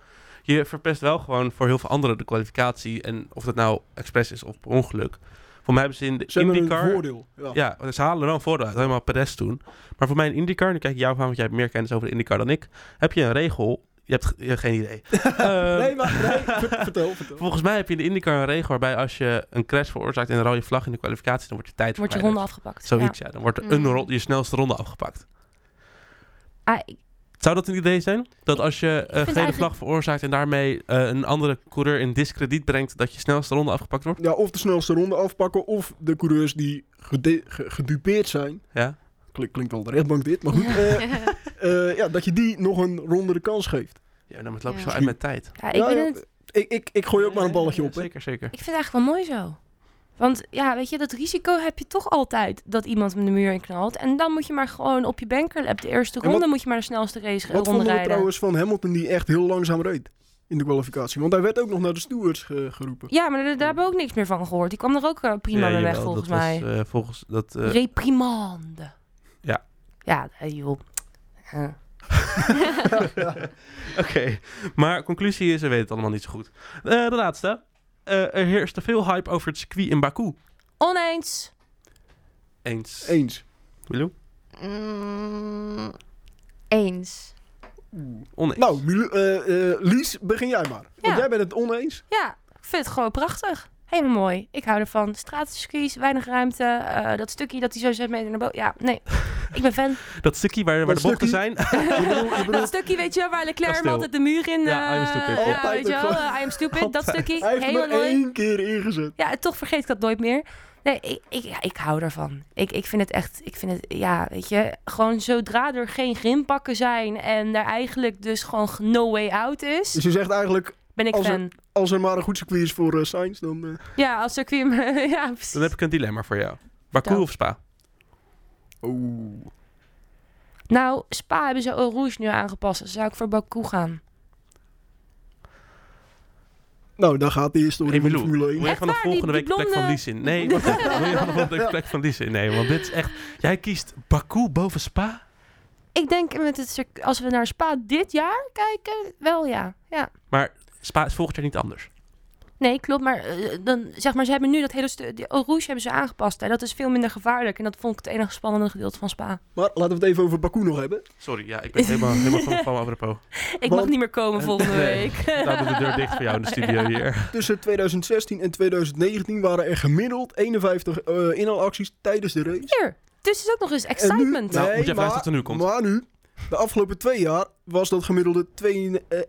Je verpest wel gewoon voor heel veel anderen de kwalificatie. En of dat nou expres is of per ongeluk. Voor mij hebben ze in de
Ze hebben een
IndyCar...
voordeel. Ja.
Ja, ze halen er wel een voordeel uit. Helemaal Perez toen. Maar voor mij in IndyCar, nu kijk ik jou aan, want jij hebt meer kennis over de IndyCar dan ik. Heb je een regel... Je hebt ge- je hebt geen idee. Eh,
Nee, maar nee, ver- vertel, vertel.
Volgens mij heb je in de IndyCar een regel waarbij als je een crash veroorzaakt en een rode vlag in de kwalificatie, dan wordt je tijd
Wordt je ronde
verwijderd.
afgepakt.
Zoiets, ja. Dan wordt er een
Mm.
ronde, je snelste ronde afgepakt.
Ja. Ah, ik-
Zou dat een idee zijn? Dat als je eh, gele
eigenlijk-
vlag veroorzaakt en daarmee eh, een andere coureur in discrediet brengt, dat je snelste ronde afgepakt wordt?
Ja, of de snelste ronde afpakken, of de coureurs die gede- ge- gedupeerd zijn.
Ja.
Klink- klinkt wel de rechtbank dit, maar goed. eh, eh, ja, dat je die nog een rondere kans geeft.
Ja, nou, dan loop je
Ja.
zo uit met tijd.
ja, ik,
Ja,
ben
ja,
het,
Ik, ik, ik gooi ook maar een balletje
Ja,
op. Hè.
Zeker, zeker.
ik vind het eigenlijk wel mooi zo. Want ja, weet je, dat risico heb je toch altijd dat iemand met de muur in knalt. En dan moet je maar gewoon op je bankerlap de eerste
En wat-
ronde moet je maar de snelste race
Wat
ronde
vonden we
rijden.
trouwens van Hamilton die echt heel langzaam reed in de kwalificatie? Want hij werd ook nog naar de stewards ge- geroepen.
Ja, maar daar, daar hebben we ook niks meer van gehoord. Die kwam er ook eh, prima
Ja,
mee weg,
jawel,
volgens
dat
mij.
Was, eh, volgens dat. eh,
Reprimande.
Ja.
Ja, eh, joh. Eh.
Oké, maar conclusie is, we weten het allemaal niet zo goed. Eh, de laatste. Eh, er heerst te veel hype over het circuit in Baku.
Oneens.
Eens.
Eens.
Willow?
Mm, eens.
Oneens.
Nou, Milu- eh, eh, Lies, begin jij maar. Want
Ja.
jij bent het oneens.
Ja, ik vind het gewoon prachtig. Helemaal mooi. Ik hou ervan. Straatcircuits, weinig ruimte. eh, dat stukje dat hij zo zet meter naar boven. Ja, nee. ik ben fan.
Dat stukje waar, waar de
Dat
bochten
stukje?
zijn.
Je bedoelt- je
Dat
bedoelt-
stukje, weet je wel, waar Leclerc hem
Kasteel.
altijd de muur in...
Ja,
eh,
I am stupid.
ja,
Altijd
weet je wel,
ook.
eh, I am stupid. Dat
hij
stukje,
heeft hem
helemaal
maar
mooi.
één keer ingezet.
Ja, en toch vergeet ik dat nooit meer. Nee, ik, ik, ja, ik hou daarvan. Ik, ik vind het echt, ik vind het, ja, weet je, gewoon zodra er geen grimpakken zijn en er eigenlijk dus gewoon no way out is,
Dus je zegt eigenlijk,
ben ik
als er-
fan.
als er maar een goed circuit is voor eh, Sainz, dan... eh,
Ja, als er kwam, ja, precies.
Dan heb ik een dilemma voor jou. Baku
Vertel.
of Spa?
Oeh.
Nou, Spa hebben ze Eau Rouge nu aangepast. Dus zou ik voor Baku gaan.
Nou, daar gaat de historie van de
Emilou,
Formule
wil
1.
je
Echt
van de
waar,
volgende
die-
week
die
de plek van
blonde-
Lies in? Nee, wacht even. Wil je van de volgende week de plek van Lies in? Nee, want dit is echt... Jij kiest Baku boven Spa?
Ik denk met het circuit- als we naar Spa dit jaar kijken, wel ja. Ja.
Spa is volgend jaar niet anders.
Nee, klopt. Maar eh, dan zeg maar, ze hebben nu dat hele stu- die Eau Rouge hebben ze aangepast. Hè. Dat is veel minder gevaarlijk. En dat vond ik het enige spannende gedeelte van Spa.
Maar laten we het even over Baku nog hebben.
Sorry, ja, ik ben helemaal, helemaal van, van apropos.
Ik mag
Want-
niet meer komen volgende
Eh, Nee.
week.
Daar doet de deur dicht voor jou in de studio
Ja.
hier.
Tussen 2016 en 2019 waren er gemiddeld 51 eh, inhaalacties tijdens de race.
Hier, dus het is ook nog eens
En nu-
excitement.
Nou, moet je even
maar-
luisteren tot er nu komt.
Maar nu, de afgelopen twee jaar, was dat gemiddelde twee- eh,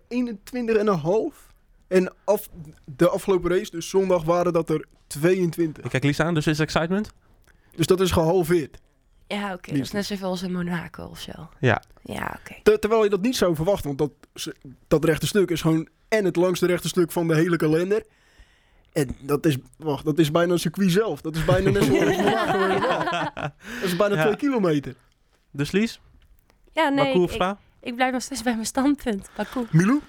21,5. En af, de afgelopen race, dus zondag, waren dat er 22.
Ik kijk Lies aan, dus is excitement?
Dus dat is gehalveerd.
Ja, oké. dat is net zoveel als in Monaco of zo.
Ja.
Ja, oké.
Ter- terwijl je dat niet zou verwachten, want dat, s- dat rechte stuk is gewoon en het langste rechte stuk van de hele kalender. En dat is, wacht, dat is bijna een circuit zelf. Dat is bijna net zo lang als Monaco helemaal. Dat is bijna
Ja.
2 kilometer.
Dus Lies,
Ja, nee.
Baku of
ik,
Spa?
ik blijf nog steeds bij mijn standpunt. Baku.
Milou,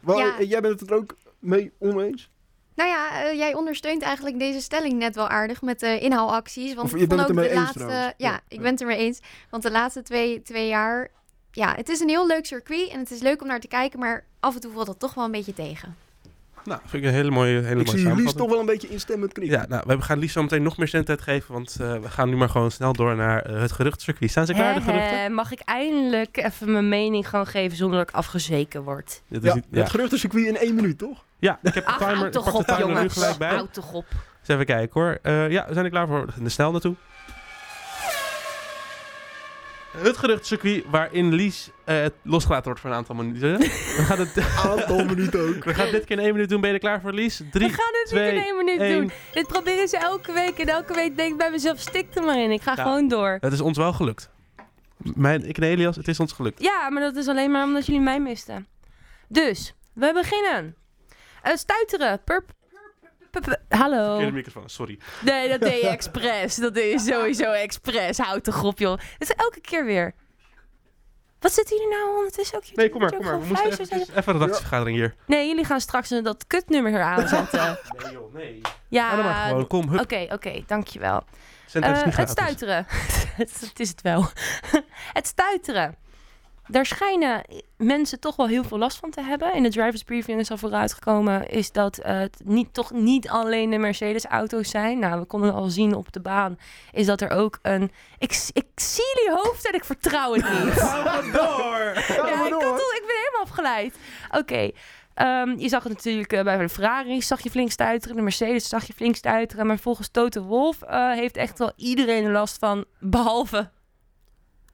waar-
Ja.
eh, jij bent het er ook mee oneens?
Nou ja, eh, jij ondersteunt eigenlijk deze stelling net wel aardig met de inhaalacties. Want
Of je bent
van
het
ook
ermee
de
eens
laatste,
trouwens.
Ja,
Ja,
ik
ja.
ben het ermee eens. Want de laatste twee, twee jaar... Ja, het is een heel leuk circuit en het is leuk om naar te kijken. Maar af en toe valt dat toch wel een beetje tegen.
Nou, vind ik een hele mooie, hele
Ik
mooie
zie Lies
samenvatting.
toch wel een beetje instemmend knikken.
Ja, nou, we gaan Lies zo meteen nog meer zendtijd geven, want eh, we gaan nu maar gewoon snel door naar eh, het geruchtencircuit. Zijn ze klaar, de
Hè,
geruchten?
hè, Eh, mag ik eindelijk even mijn mening gewoon geven zonder dat ik afgezeken word?
Dit is
Ja,
niet- ja.
Het geruchtencircuit in één minuut, toch?
Ja, ik heb de
Ach,
timer,
houd
ik pak
toch
de
op,
timer nu
jongens.
gelijk bij.
Houd toch op.
Eens even kijken hoor. Eh, ja, we zijn er klaar voor. We gaan er snel naartoe. Het geruchtencircuit waarin Lies eh, losgelaten wordt voor een aantal minuten. We gaan, het,
Aantal minuten ook.
we gaan dit keer in één minuut doen. Ben je er klaar voor, Lies?
We
Drie,
gaan dit
twee,
niet in één minuut
één.
doen. Dit proberen ze elke week. En elke week denk ik bij mezelf, stik er maar in. Ik ga
Ja.
gewoon door.
Het is ons wel gelukt. Mijn, ik en Elias, het is ons gelukt.
Ja, maar dat is alleen maar omdat jullie mij misten. Dus, we beginnen. Eh, stuiteren. Purp. purp- purp- Hallo.
Verkeerde microfoon, sorry.
Nee, dat deed je expres. Dat deed je sowieso expres. Houd toch op, joh. Dat is elke keer weer. Wat zitten jullie nou ondertussen ook? Jullie
Nee, kom maar,
doen
kom
ook
maar. We
gewoon
moesten
fluisteren.
even, even een redactievergadering hier.
Nee, jullie gaan straks een- dat kutnummer hier aanzetten.
Nee joh, nee.
ja,
maar gewoon, kom,
oké,
hup.
oké, dankjewel.
Zendtijd is
Eh,
niet
het
gratis.
stuiteren. het is het wel. het stuiteren. Daar schijnen mensen toch wel heel veel last van te hebben. In de drivers briefing is al vooruitgekomen... is dat eh, het niet, toch niet alleen de Mercedes-auto's zijn. Nou, we konden al zien op de baan... is dat er ook een... Ik, ik zie jullie hoofd en ik vertrouw het niet.
Gaan we door!
Gaan
Ja,
we
ik, kan
door.
toch- ik ben helemaal afgeleid. Oké. ehm, je zag het natuurlijk eh, bij de Ferrari, zag je flink stuiteren. De Mercedes zag je flink stuiteren. Maar volgens Toto Wolf eh, heeft echt wel iedereen er last van, behalve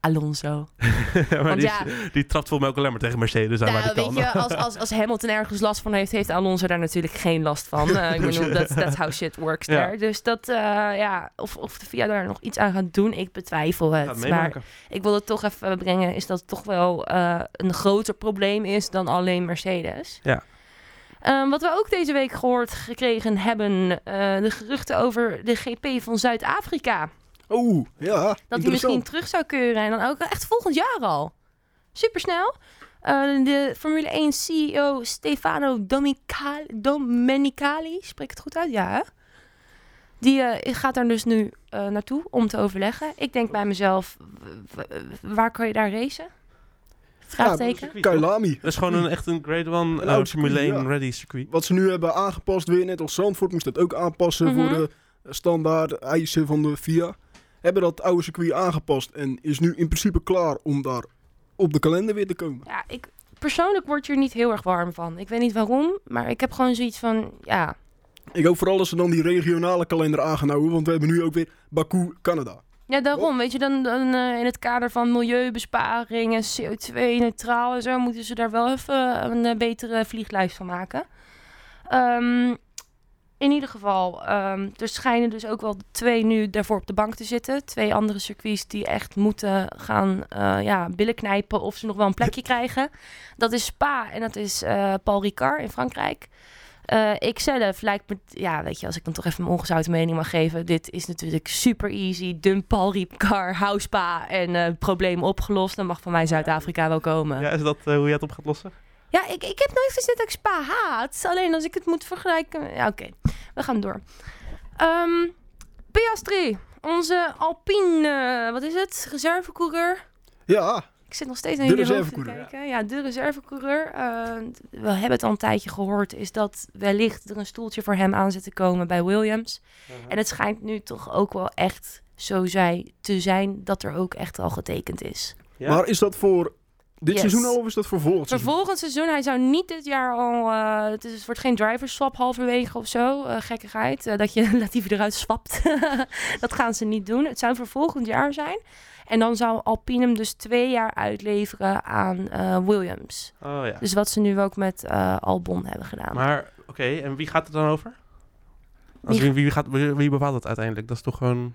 Alonso.
Ja, maar
Want
die,
ja.
die trapt volgens mij ook alleen maar tegen Mercedes aan. maar
Nou,
dat
weet
kan.
je, als, als, als Hamilton ergens last van heeft, heeft Alonso daar natuurlijk geen last van. Eh, ik bedoel, that's, that's how shit works
Ja.
there. Dus dat, eh, ja, of, of de VIA daar nog iets aan gaat doen, ik betwijfel het.
Gaat
maar
meemaken.
ik wil het toch even brengen, is dat het toch wel eh, een groter probleem is dan alleen Mercedes.
Ja.
Ehm, wat we ook deze week gehoord gekregen hebben, eh, de geruchten over de GP van Zuid-Afrika.
Oeh, ja.
Dat hij misschien terug zou keuren en dan ook echt volgend jaar al. Supersnel. Eh de Formule 1 CEO Stefano Domica- Domenicali, spreek ik het goed uit? Ja, hè? Die eh, gaat daar dus nu eh, naartoe om te overleggen. Ik denk bij mezelf, w- w- waar kan je daar racen? Vraagteken.
Kailami.
Dat is gewoon een, echt een grade one
Een
eh,
oud
Formule
circuit,
1
ja.
ready circuit.
Wat ze nu hebben aangepast weer, net als Zandvoort moest dat ook aanpassen
Mhm.
voor de eh, standaard eisen van de FIA. Hebben dat oude circuit aangepast en is nu in principe klaar om daar op de kalender weer te komen.
Ja, ik persoonlijk word hier niet heel erg warm van. Ik weet niet waarom, maar ik heb gewoon zoiets van, ja,
Ik hoop vooral dat ze dan die regionale kalender aan gaan houden, want we hebben nu ook weer Baku, Canada.
Ja, daarom. Weet je, dan, dan eh, in het kader van milieubesparing en CO2-neutraal en zo... moeten ze daar wel even een eh, betere vlieglijst van maken. Ehm, in ieder geval, ehm, er schijnen dus ook wel twee nu daarvoor op de bank te zitten. Twee andere circuits die echt moeten gaan eh, ja, billen knijpen of ze nog wel een plekje krijgen. Dat is Spa en dat is eh, Paul Ricard in Frankrijk. Eh ik zelf lijkt me, ja, weet je, als ik dan toch even mijn ongezouten mening mag geven. Dit is natuurlijk super easy. Dun Paul Riepkar, houspa en eh, probleem opgelost. Dan mag van mij Zuid-Afrika wel komen.
Ja, is dat eh, hoe jij het op gaat lossen?
Ja, ik, ik heb nooit gezegd dat ik Spa haat. Alleen als ik het moet vergelijken. Ja, oké. We gaan door. Ehm Piastri, onze Alpine, eh, wat is het? Reservecoureur.
Ja,
Ik zit nog steeds naar
De
jullie hoofd te
reservecoureur,
kijken. Ja, de reservecoureur. eh, we hebben het al een tijdje gehoord. Is dat wellicht er een stoeltje voor hem aan zit te komen bij Williams. En het schijnt nu toch ook wel echt zo zij, te zijn dat er ook echt al getekend is.
Ja.
maar is dat voor dit
Yes.
seizoen al of is dat voor volgend seizoen?
Vervolgend seizoen, hij zou niet dit jaar al. eh, het, is, het wordt geen driver swap halverwege of zo. eh, gekkigheid. eh, dat je Latifi eruit swapt. dat gaan ze niet doen. Het zou voor volgend jaar zijn. En dan zou Alpine hem dus twee jaar uitleveren aan eh, Williams.
Oh ja.
Dus wat ze nu ook met eh, Albon hebben gedaan.
Maar oké, en wie gaat het dan over? Als
Wie-
wie, wie, gaat, wie, wie bepaalt dat uiteindelijk? Dat is toch gewoon...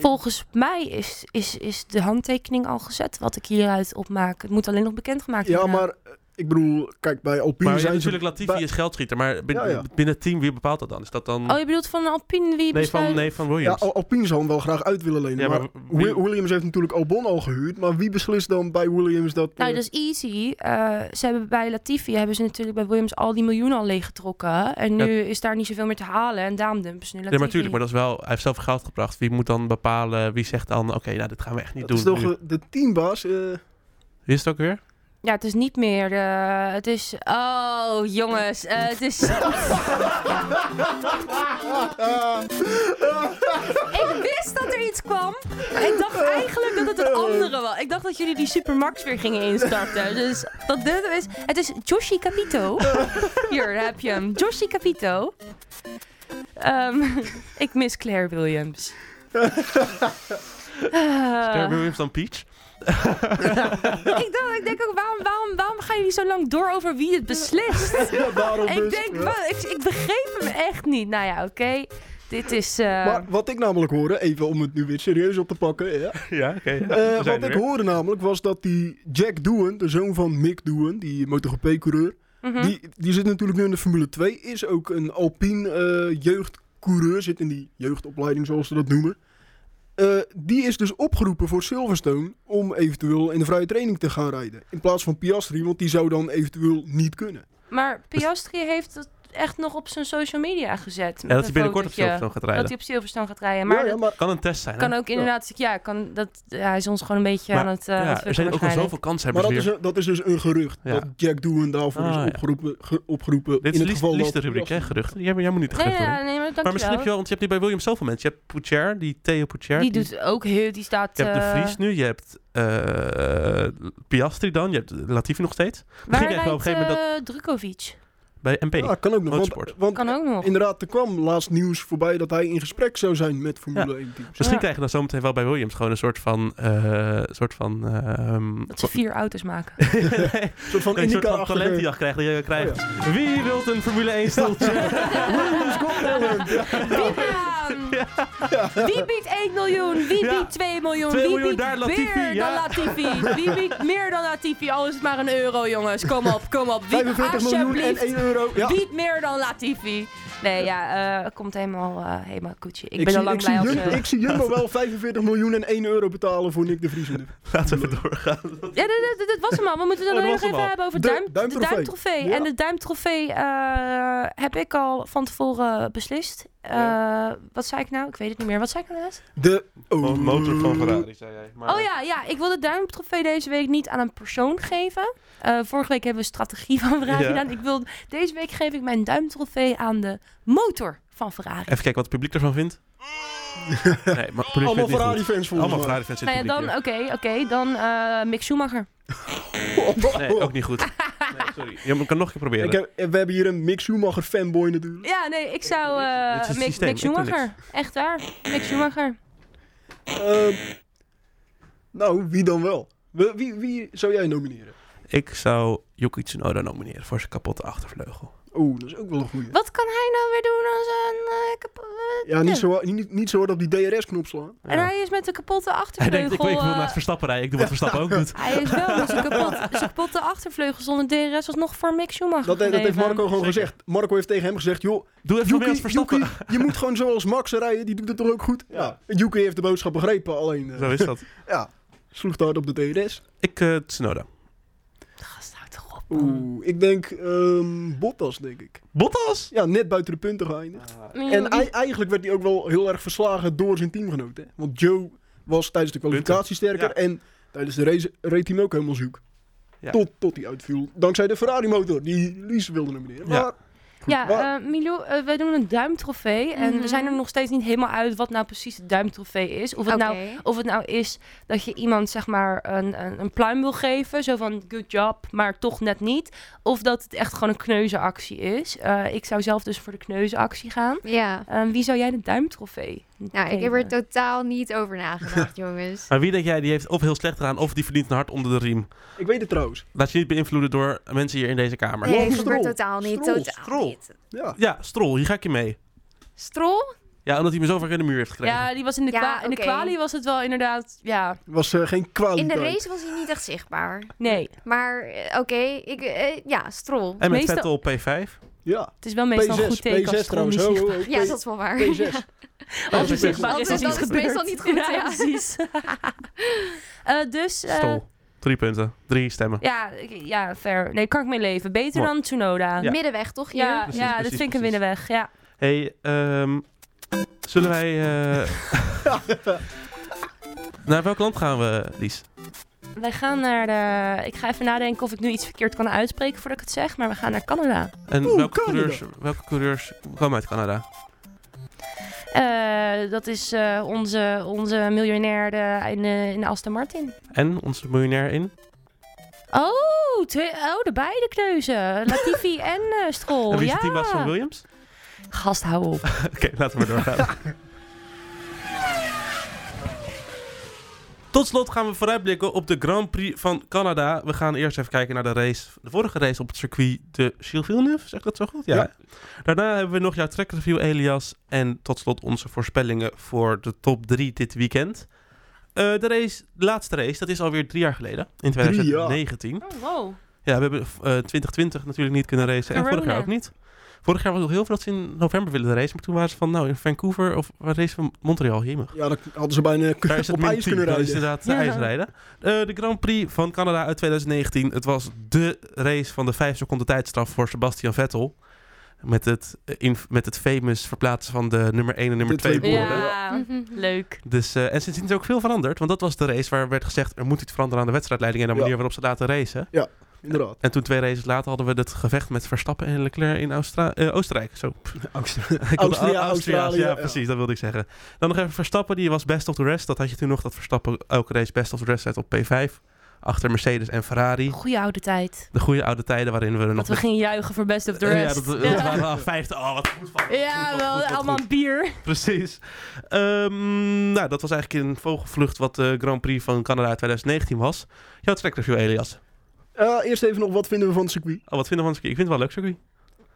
Volgens mij is, is, is de handtekening al gezet. Wat ik hieruit opmaak. Het moet alleen nog bekendgemaakt
Ja,
worden.
maar eh, ik bedoel, kijk, bij Alpine
Maar ja,
zijn ze-
natuurlijk, Latifi
bij-
is geldschieter, maar bin-
Ja, ja.
binnen het team, wie bepaalt dat dan? Is dat dan...
Oh, je bedoelt van Alpine wie
nee, van,
besluit-
nee, van
Ja, oh,
Williams.
Al- Alpine zou hem wel graag uit willen lenen.
Ja,
maar
maar wie-
Wi- Williams heeft natuurlijk Albon al gehuurd. Maar wie beslist dan bij Williams dat... eh,
Nou, dat is easy. Eh, ze hebben bij Latifi hebben ze natuurlijk bij Williams al die miljoenen al leeggetrokken. En nu is daar niet zoveel meer te halen. En daarom dumpen ze nu
Ja,
Latifi.
maar natuurlijk, maar dat is wel... Hij heeft zelf geld gebracht. Wie moet dan bepalen, wie zegt dan... Oké, nou, dit gaan we echt niet
dat is
doen.
toch
nu.
eh, de teambaas? eh,
Wie is het ook weer?
Ja, het is niet meer. eh, het is. Oh, jongens. eh, het is.
Ah.
ik wist dat er iets kwam. Maar ik dacht eigenlijk dat het een andere was. Ik dacht dat jullie die Supermax weer gingen instarten. Dus dat dit is. Het is Joshi Capito. Hier daar heb je hem. Joshi Capito. Ehm, ik mis Claire Williams. Ah.
Is
Eh,
Claire Williams dan Peach?
ik, dacht, ik denk ook, waarom, waarom, waarom gaan jullie zo lang door over wie het beslist?
ja, daarom
ik
dus.
denk,
Ja.
wa- ik, ik begreep hem echt niet. Nou ja, oké. Dit is... eh,
Maar wat ik namelijk hoorde, even om het nu weer serieus op te pakken. Ja.
Ja, oké.
Eh, wat ik hoorde namelijk was dat die Jack Doohan, de zoon van Mick Doohan, die MotoGP-coureur,
mhm.
die, die zit natuurlijk nu in de Formule 2, is ook een Alpine eh, jeugdcoureur, zit in die jeugdopleiding zoals ze dat noemen. Eh, die is dus opgeroepen voor Silverstone om eventueel in de vrije training te gaan rijden. In plaats van Piastri, want die zou dan eventueel niet kunnen.
Maar Piastri heeft het echt nog op zijn social media gezet.
Ja,
met
dat hij
een
binnenkort op
fotootje.
Silverstone gaat rijden.
Dat hij op Silverstone gaat rijden. Maar
ja, ja,
dat
maar
Kan een test zijn, hè?
kan ook inderdaad... dus Ja, kan, dat, ja, hij is ons gewoon een beetje
Maar-
aan het... eh, aan het
Ja, er zijn ook al
fucken
zoveel
maar
kanshebbers
dat,
weer.
is, een- dat is dus een gerucht
Ja.
dat Jack Doohan daarvoor
Ah, ja.
is opgeroepen. ge- opgeroepen
Dit
in
is
het
liefst,
geval
liefst de
dat
rubriek, hè,
Piastri-
geruchten. Jij, jij moet niet
Nee,
geruchten
ja, nee, maar
Maar misschien heb
dankjewel.
je wel, want je hebt nu bij Williams zoveel mensen. Je hebt Poutier, die Theo Poutier.
Die doet ook heel... Die staat...
Je hebt
eh,
De Vries nu, je hebt eh, Piastri dan, je hebt Latifi nog steeds.
Waar
ging echt wel op een
rijdt
gegeven moment
eh, Drukovic?
Bij MP.
Ja, kan ook nog. Want,
Motorsport.
want
Kan ook nog.
inderdaad, er kwam laatst nieuws voorbij dat hij in gesprek zou zijn met Formule 1 teams.
Misschien
Ja.
krijgen we dan zometeen wel bij Williams gewoon een soort van... eh, soort van ehm,
Dat ze vier auto's maken.
nee,
Een soort van
een soort van
indica-achtige...
talentenjacht krijgen. Die je
Oh,
krijgt. Wie wilt een Formule 1 stoeltje?
Wie aan? Wie biedt 1 miljoen? Wie
Ja.
biedt 2 miljoen?
2
Wie
miljoen,
biedt
daar Latifi,
meer
ja.
dan Latifi? Wie biedt meer dan Latifi? Al is het maar een euro, jongens. Kom op, kom op. Wie
45 miljoen en
alsjeblieft
1 euro. Ja.
biedt meer dan Latifi? Nee, ja, eh, het komt helemaal, eh helemaal koetje. Ik, ben
zie,
al lang
ik
blij
zie
als...
Jumbo,
eh,
Ik zie Jumbo wel 45 miljoen en 1 euro betalen voor Nick de Vries. in de-
Laten we even doorgaan.
Ja, dit, dit- dit was hem al. We moeten
Oh,
het dan
dat
nog
was hem
even
al.
hebben over
De
duim, de
duimtrofee.
duimtrofee.
Ja.
En de duimtrofee eh, heb ik al van tevoren beslist. Eh, Wat zei ik nou? Ik weet het niet meer. Wat zei ik nou net?
De
Gewoon motor van Ferrari, zei jij. Maar,
Oh ja, ja, ik wil de duimtrofee deze week niet aan een persoon geven. Eh, vorige week hebben we strategie van Ferrari
Ja.
gedaan. Ik wil, deze week geef ik mijn duimtrofee aan de motor van Ferrari.
Even kijken wat het publiek ervan vindt. Nee, maar het publiek vindt het
Allemaal
niet goed.
Ferrari-fans volgens
Allemaal
mij.
Ferrari-fans in
Nou ja,
het
dan,
publiek
oké, oké, dan eh Mick Schumacher.
hier. Nee, ook niet goed. Nee, sorry. Je kan nog een keer proberen.
Oh. Ik heb, we hebben hier een Mick Schumacher fanboy natuurlijk.
Ja, nee, ik zou
doe niks.
eh,
Dit is het
Mick,
systeem,
Mick
ik doe
Schumacher. Echt waar, Mick Schumacher.
Ehm, nou, wie dan wel? Wie, wie, wie zou jij nomineren?
Ik zou Yuki Tsunoda nomineren voor zijn kapotte achtervleugel.
Oeh, dat is ook wel een goeie.
Wat kan hij nou weer doen als een... eh, kap- eh,
Ja, niet zo, hard- niet, niet zo hard op die DRS-knop slaan.
En hij is met de kapotte
Hij denkt, ik,
achtervleugel.
wil- ik wil
eh,
naast Verstappen rijden. Ik doe wat Verstappen ook doet.
hij is wel met zijn kapot, zijn kapotte achtervleugel zonder DRS was nog voor Mick Schumacher.
Dat, dat heeft
gereden.
Marco gewoon
Zeker.
gezegd. Marco heeft tegen hem gezegd, joh,
Doe even meer
Yuki,
als Verstappen.
Yuki, je moet gewoon zoals Max rijden, die doet het toch ook goed? Ja. Yuki heeft de boodschap begrepen, alleen eh,
Zo is dat.
ja, sloeg te hard op de DRS.
Ik, eh Tsunoda.
Gast, houd toch op. man.
Ah.
Oeh, ik denk ehm, Bottas, denk ik.
Bottas!
Ja, net buiten de punten geëindigd.
Mhm.
En ei- eigenlijk werd hij ook wel heel erg verslagen door zijn teamgenoot. Hè? Want Joe was tijdens de kwalificatie sterker
Ja.
en tijdens de race reed hij hem ook helemaal zoek.
Ja.
Tot, tot hij uitviel. Dankzij de Ferrari-motor. Die Lies wilde hem beneden.
Ja.
Maar
ja,
Wa-
eh, Milou, eh, wij doen een duimtrofee. En
Mhm.
we zijn er nog steeds niet helemaal uit wat nou precies de duimtrofee is. Of het, nou, of het nou is dat je iemand zeg maar een, een, een pluim wil geven. Zo van good job, maar toch net niet. Of dat het echt gewoon een kneuzenactie is. Eh, ik zou zelf dus voor de kneuzenactie gaan.
Ja.
Eh, wie zou jij de duimtrofee
Nou, ik heb er
geven?
totaal niet over nagedacht, jongens.
Maar wie denk jij, die heeft of heel slecht gedaan, of die verdient een hart onder de riem.
eh,
ik weet het trouwens.
Laat je niet beïnvloeden door mensen hier in deze kamer.
Nee, ik
Lance
heb er
Stroll.
totaal niet.
Stroll,
totaal
Stroll.
niet.
Ja.
Ja, Strol, hier ga ik je mee.
Strol?
Ja, omdat hij me zo vaak in de muur heeft gekregen.
Ja, die was in de,
Ja,
kwa- in de
oké.
kwalie was het wel inderdaad. Ja,
Was eh, geen
In
kwaliteit.
de race was hij niet echt zichtbaar.
nee.
Maar eh, oké, ik, eh, ja, Strol.
en met
meestal-
Vettel op P5.
Ja.
Het is wel meestal een
P6.
goed teken als
P6
het
trouwens.
gewoon
Ho,
niet
ho, ho,
eh, Ja,
P-
dat is wel waar.
P6.
Als je
precies.
zichtbaar is,
Want dat
is iets
is
gebeurd.
meestal niet goed, ja.
precies. Eh, dus, eh,
Strol. Drie punten. Drie stemmen.
ja, ik- ja, fair. Nee, kan ik mee leven. Beter
Mooi.
dan Tsunoda. Ja,
Middenweg, toch? Hier?
ja,
Precies,
ja dat
precies,
vind ik een
precies.
winnenweg. Ja.
hey, ehm, zullen wij... eh, Naar welk land gaan we, Lies?
Wij gaan naar de... Ik ga even nadenken of ik nu iets verkeerd kan uitspreken voordat ik het zeg. Maar we gaan naar Canada.
En
Oeh,
welke,
Canada.
coureurs, welke coureurs komen uit Canada?
Eh, dat is eh, onze, onze miljonair de, in, de, in de Aston Martin.
En onze miljonair in?
Oh, twee, oh de beide kneuzen. Latifi en eh
Oh
Stroll.
en wie is
ja.
het team was van Williams?
Gast, hou op.
Oké, laten we maar doorgaan. Tot slot gaan we vooruitblikken op de Grand Prix van Canada. We gaan eerst even kijken naar de race, de vorige race op het circuit de Gilles Villeneuve. Zeg ik dat zo goed? Ja.
Ja.
Daarna hebben we nog jouw trackreview, Elias. En tot slot onze voorspellingen voor de top 3 dit weekend. Eh, de, race, de laatste race, dat is alweer drie jaar geleden. In
Drie jaar.
2019.
Oh, wow.
Ja, we hebben eh, 2020 natuurlijk niet kunnen racen. En vorig
Corona.
jaar ook niet. Vorig jaar was nog heel veel dat ze in november wilden racen. Maar toen waren ze van, nou, in Vancouver of waar race van Montreal, jemig.
Ja, dan hadden ze bijna
Daar is het
op
min
ijs
10,
kunnen
dat is
rijden.
inderdaad
Ja.
ijsrijden. Eh, de Grand Prix van Canada uit 2019. Het was de race van de 5 seconden tijdstraf voor Sebastian Vettel. Met het, eh, in, met het famous verplaatsen van de nummer 1 en nummer
De
2
twee
borden.
borden.
Ja,
Mhm.
Mhm. leuk.
Dus, eh, en sindsdien is er ook veel veranderd. Want dat was de race waar werd gezegd... er moet iets veranderen aan de wedstrijdleiding... en de
Ja.
manier waarop ze laten racen.
Inderdaad.
En toen twee races later hadden we het gevecht met Verstappen en Leclerc in Austra eh, Oostenrijk. Zo. pff, ik wilde
Austria,
Au-
Australië,
Ja,
ja.
precies, dat wilde ik zeggen. Dan nog even Verstappen, die was best of the rest. Dat had je toen nog, dat Verstappen elke race best of the rest zet op P5. Achter Mercedes en Ferrari.
Goeie oude tijd.
De goede oude tijden waarin we er nog...
Dat we gingen juichen voor best of the
Eh,
rest.
Ja, dat, dat waren wel vijfde. Oh, wat goed van.
Ja,
Goed van,
wel
goed van,
allemaal
goed.
bier.
Precies. Ehm, nou, dat was eigenlijk in vogelvlucht wat de Grand Prix van Canada 2019 was. Jouw trackreview, Elias.
Eh, eerst even nog, wat vinden we van het circuit?
Oh, wat vinden we van het circuit? Ik vind het wel een leuk circuit.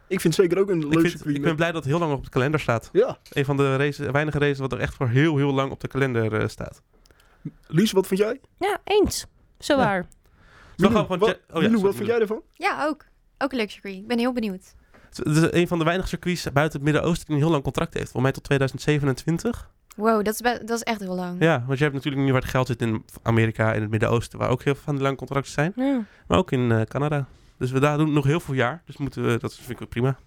Ik vind het zeker ook een
Ik,
leuk
vind-
circuit.
ik
man.
ben blij dat het heel lang op de kalender staat.
Ja.
Een van de races, weinige races wat er echt voor heel, heel lang op de kalender eh, staat.
Lies, wat vind jij?
Ja, eens. Zo
Ja.
waar.
Zo
Milou,
gaan we gewoon
wat,
check- oh ja,
Milou,
sorry,
wat vind jij ervan?
Ja, ook. Ook een leuk circuit. Ik ben heel benieuwd.
Het is een van de weinige circuits buiten het Midden-Oosten die een heel lang contract heeft. Volgens mij tot 2027.
Wow, dat is, be- dat is echt heel
Mhm.
lang.
Ja, want je hebt natuurlijk nu waar het geld zit in Amerika en het Midden-Oosten, waar ook heel veel van die lange contracten zijn.
Ja.
Maar ook in eh, Canada. Dus we daar doen nog heel veel jaar. Dus moeten we, dat vind ik ook prima.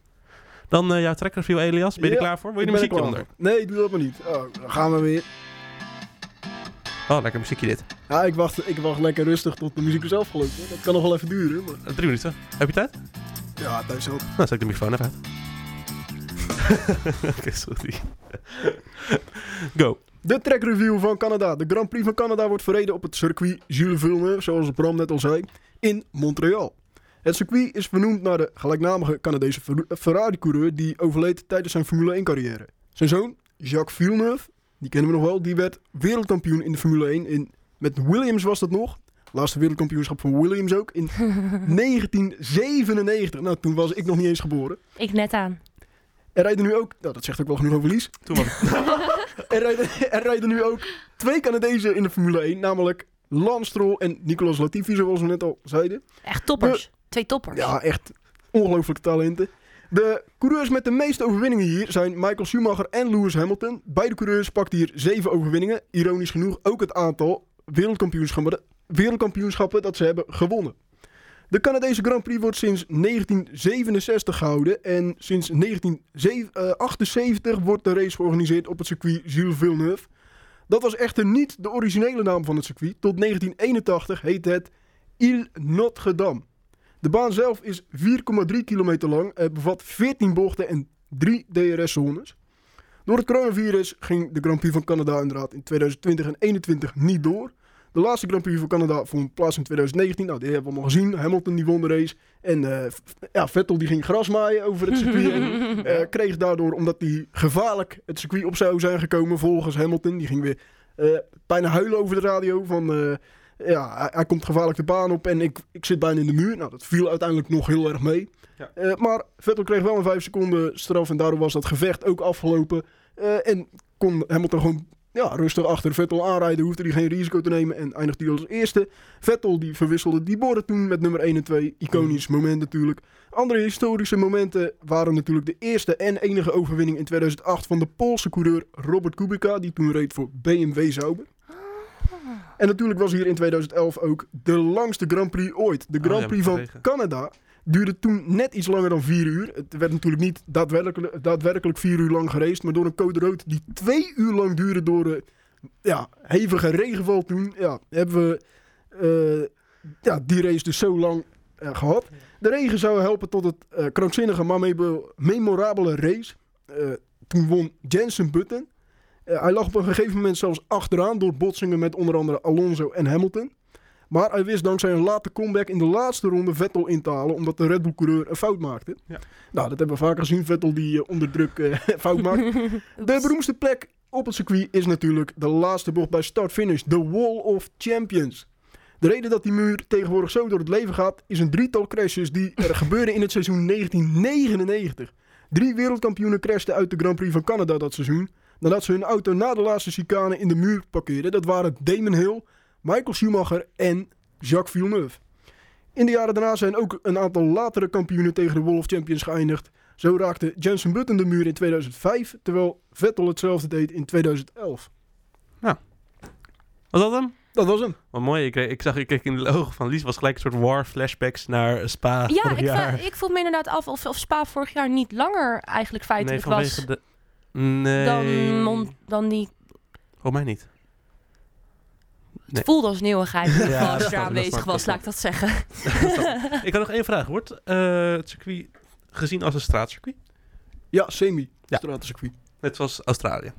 Dan eh, jouw trackreview, Elias. Ben je
Ja,
er klaar voor? Wil je
Ik
de
ben
muziekje
er klaar
onder?
voor. Nee, doe dat maar niet. Oh, dan gaan we weer.
Oh, lekker muziekje dit.
Ja, ik wacht, ik wacht lekker rustig tot de muziek is afgelopen. hoor. Dat kan nog wel even duren, maar...
Eh, Drie minuten. Heb je tijd?
Ja, thuis wel.
Nou, zet ik de microfoon even uit. Oké, sorry. Go.
De trackreview van Canada. De Grand Prix van Canada wordt verreden op het circuit Jules Villeneuve, zoals Bram net al zei, in Montreal. Het circuit is vernoemd naar de gelijknamige Canadese Fer- Ferrari-coureur die overleed tijdens zijn Formule 1-carrière. Zijn zoon, Jacques Villeneuve, die kennen we nog wel, die werd wereldkampioen in de Formule 1 in, met Williams was dat nog. Laatste wereldkampioenschap van Williams ook in 1997. Nou, toen was ik nog niet eens geboren.
Ik net aan.
Er rijden nu ook, nou dat zegt ook wel genoeg over Lies.
Toen was het.
Er rijden, er rijden nu ook twee Canadezen in de Formule 1, namelijk Lance Stroll en Nicolas Latifi, zoals we net al zeiden.
Echt
Eh,
toppers. Twee toppers.
Ja, echt ongelooflijke talenten. De coureurs met de meeste overwinningen hier zijn Michael Schumacher en Lewis Hamilton. Beide coureurs pakten hier zeven overwinningen. Ironisch genoeg ook het aantal wereldkampioenschappen, wereldkampioenschappen dat ze hebben gewonnen. De Canadese Grand Prix wordt sinds 1967 gehouden en sinds 1978 wordt de race georganiseerd op het circuit Jules Villeneuve. Dat was echter niet de originele naam van het circuit. Tot 1981 heette het Ile Notre-Dame. De baan zelf is 4,3 kilometer lang, eh, bevat 14 bochten en 3 DRS-zones. Door het coronavirus ging de Grand Prix van Canada inderdaad in 2020 en 2021 niet door. De laatste Grand Prix van Canada vond plaats in 2019. Nou, die hebben we allemaal gezien. Hamilton die won de race. En eh, v- ja, Vettel die ging gras maaien over het circuit. heen. Eh, kreeg daardoor, omdat hij gevaarlijk het circuit op zou zijn gekomen volgens Hamilton. Die ging weer eh, bijna huilen over de radio van... eh, ja, hij, hij komt gevaarlijk de baan op en ik, ik zit bijna in de muur. Nou, dat viel uiteindelijk nog heel erg mee.
Ja.
Eh, maar Vettel kreeg wel een 5 seconden straf en daardoor was dat gevecht ook afgelopen. Eh, en kon Hamilton gewoon ja, rustig achter Vettel aanrijden, hoefde hij geen risico te nemen en eindigde hij als eerste. Vettel die verwisselde die borden toen met nummer 1 en 2. Iconisch moment natuurlijk. Andere historische momenten waren natuurlijk de eerste en enige overwinning in 2008 van de Poolse coureur Robert Kubica, die toen reed voor BMW Sauber. En natuurlijk was hier in 2011 ook de langste Grand Prix ooit. De
Oh,
Grand
ja,
Prix
met
van
regen.
Canada duurde toen net iets langer dan vier uur. Het werd natuurlijk niet daadwerkelijk, daadwerkelijk vier uur lang geraced, maar door een code rood die twee uur lang duurde door eh, ja, hevige regenval toen, ja, hebben we eh, ja, die race dus zo lang eh, gehad. De regen zou helpen tot het eh, krankzinnige, maar mebo- memorabele race. Eh, toen won Jensen Button. Eh, hij lag op een gegeven moment zelfs achteraan door botsingen met onder andere Alonso en Hamilton. Maar hij wist dankzij een late comeback in de laatste ronde Vettel in te halen, omdat de Red Bull-coureur een fout maakte.
Ja.
Nou, dat hebben we vaker gezien, Vettel die eh, onder druk eh, fout maakt. De beroemdste plek op het circuit is natuurlijk de laatste bocht bij start-finish, de Wall of Champions. De reden dat die muur tegenwoordig zo door het leven gaat, is een drietal crashes die er gebeurden in het seizoen 1999. Drie wereldkampioenen crashten uit de Grand Prix van Canada dat seizoen, nadat ze hun auto na de laatste chicane in de muur parkeerden. Dat waren Damon Hill, Michael Schumacher en Jacques Villeneuve. In de jaren daarna zijn ook een aantal latere kampioenen tegen de Wall of Champions geëindigd. Zo raakte Jensen Button de muur in 2005, terwijl Vettel hetzelfde deed in 2011.
Was dat hem?
Dat was hem.
Wat mooi. Ik, ik zag, ik keek in de ogen van Lies, was gelijk een soort war flashbacks naar Spa
Ja,
vorig
ik,
jaar.
vra- ik vroeg me inderdaad af of, of Spa vorig jaar niet langer eigenlijk
nee,
feitelijk
vanwege
was
de... Nee.
dan, Mon- dan die...
Voor mij niet.
Het
Nee.
voelde als een eeuwigheid dat
Ja, dat
Frans
snap
er
ik, dat snap
aanwezig
ik,
was,
dat
laat ik dat zeggen.
ik had nog één vraag. Wordt eh, het circuit gezien als een straatcircuit?
Ja, semi.
Ja.
Stratencircuit.
Net zoals Australië.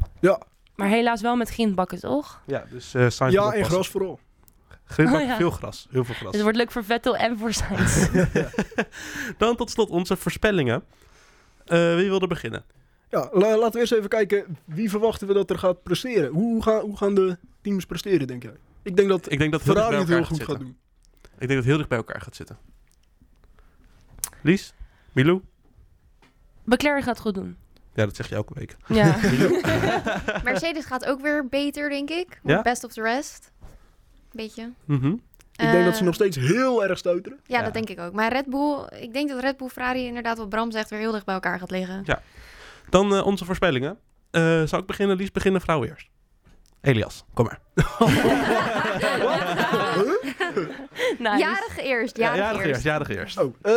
Maar helaas wel met grindbakken, toch?
Ja, dus eh Sainz moet
Ja, en
oppassen.
gras vooral.
Grindbak,
Oh, ja.
veel gras. Heel veel gras.
Dus het wordt leuk voor Vettel en voor Sainz.
Dan tot slot onze voorspellingen. Eh, wie wil er beginnen?
Ja, la- laten we eerst even kijken wie verwachten we dat er gaat presteren. Hoe, gaan, hoe gaan de teams presteren, denk jij? Ik denk dat
Ik denk dat het heel dicht
Ferrari
bij
het
elkaar
heel
gaat
goed gaat
zitten.
doen.
Ik denk dat het heel dicht bij elkaar gaat zitten. Lies? Milou?
Leclerc gaat het goed doen.
Ja, dat zeg je elke week.
Ja.
Mercedes gaat ook weer beter, denk ik.
Ja?
Best of the rest. Beetje.
Mhm.
Ik denk dat ze
Eh,
nog steeds heel erg stuiteren.
Ja,
Ja.
dat denk ik ook. Maar Red Bull, ik denk dat Red Bull Ferrari inderdaad wat Bram zegt weer heel dicht bij elkaar gaat liggen.
Dan eh, onze voorspellingen. Eh zou ik beginnen? Lies, beginnen vrouw eerst. Elias, kom maar.
Nice.
Jarige eerst, jarige,
jarig
eerst.
jarig eerst.
Oh, eh,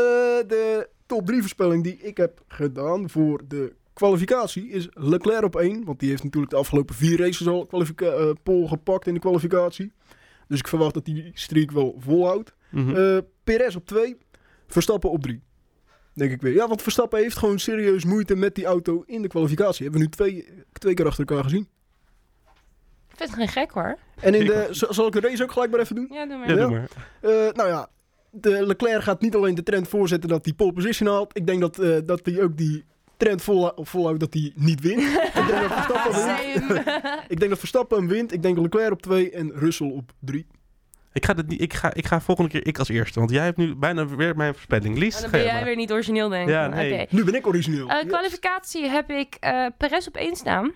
de top 3 voorspelling die ik heb gedaan voor de kwalificatie is Leclerc op 1. Want die heeft natuurlijk de afgelopen vier races al kwalifica- eh, pole gepakt in de kwalificatie. Dus ik verwacht dat die streak wel volhoudt.
Mhm.
Eh Perez op 2, Verstappen op 3. Denk ik weer. Ja, want Verstappen heeft gewoon serieus moeite met die auto in de kwalificatie. Hebben we nu twee, twee keer achter elkaar gezien.
Ik vind het geen gek hoor.
En in de, z- zal ik de race ook gelijk maar even doen?
Ja, doe maar.
ja,
ja.
doe maar.
Eh, nou ja, de Leclerc gaat niet alleen de trend voorzetten dat hij pole position haalt. Ik denk dat, eh, dat hij ook die trend vol, volhoudt dat hij niet wint. ik, denk dat Verstappen wint.
Same.
ik denk dat Verstappen hem wint. Ik denk Leclerc op 2 en Russell op 3.
Ik Ik ga, dit niet, ik, ga, ik ga volgende keer ik als eerste. Want jij hebt nu bijna weer mijn voorspelling. Lies,
En Nou, dan
ga
ben
jij
jij
maar.
weer niet origineel, denk ik.
Ja,
Oké.
nee.
Nu ben ik origineel.
Eh,
Yes.
Kwalificatie heb ik eh Perez op 1 staan.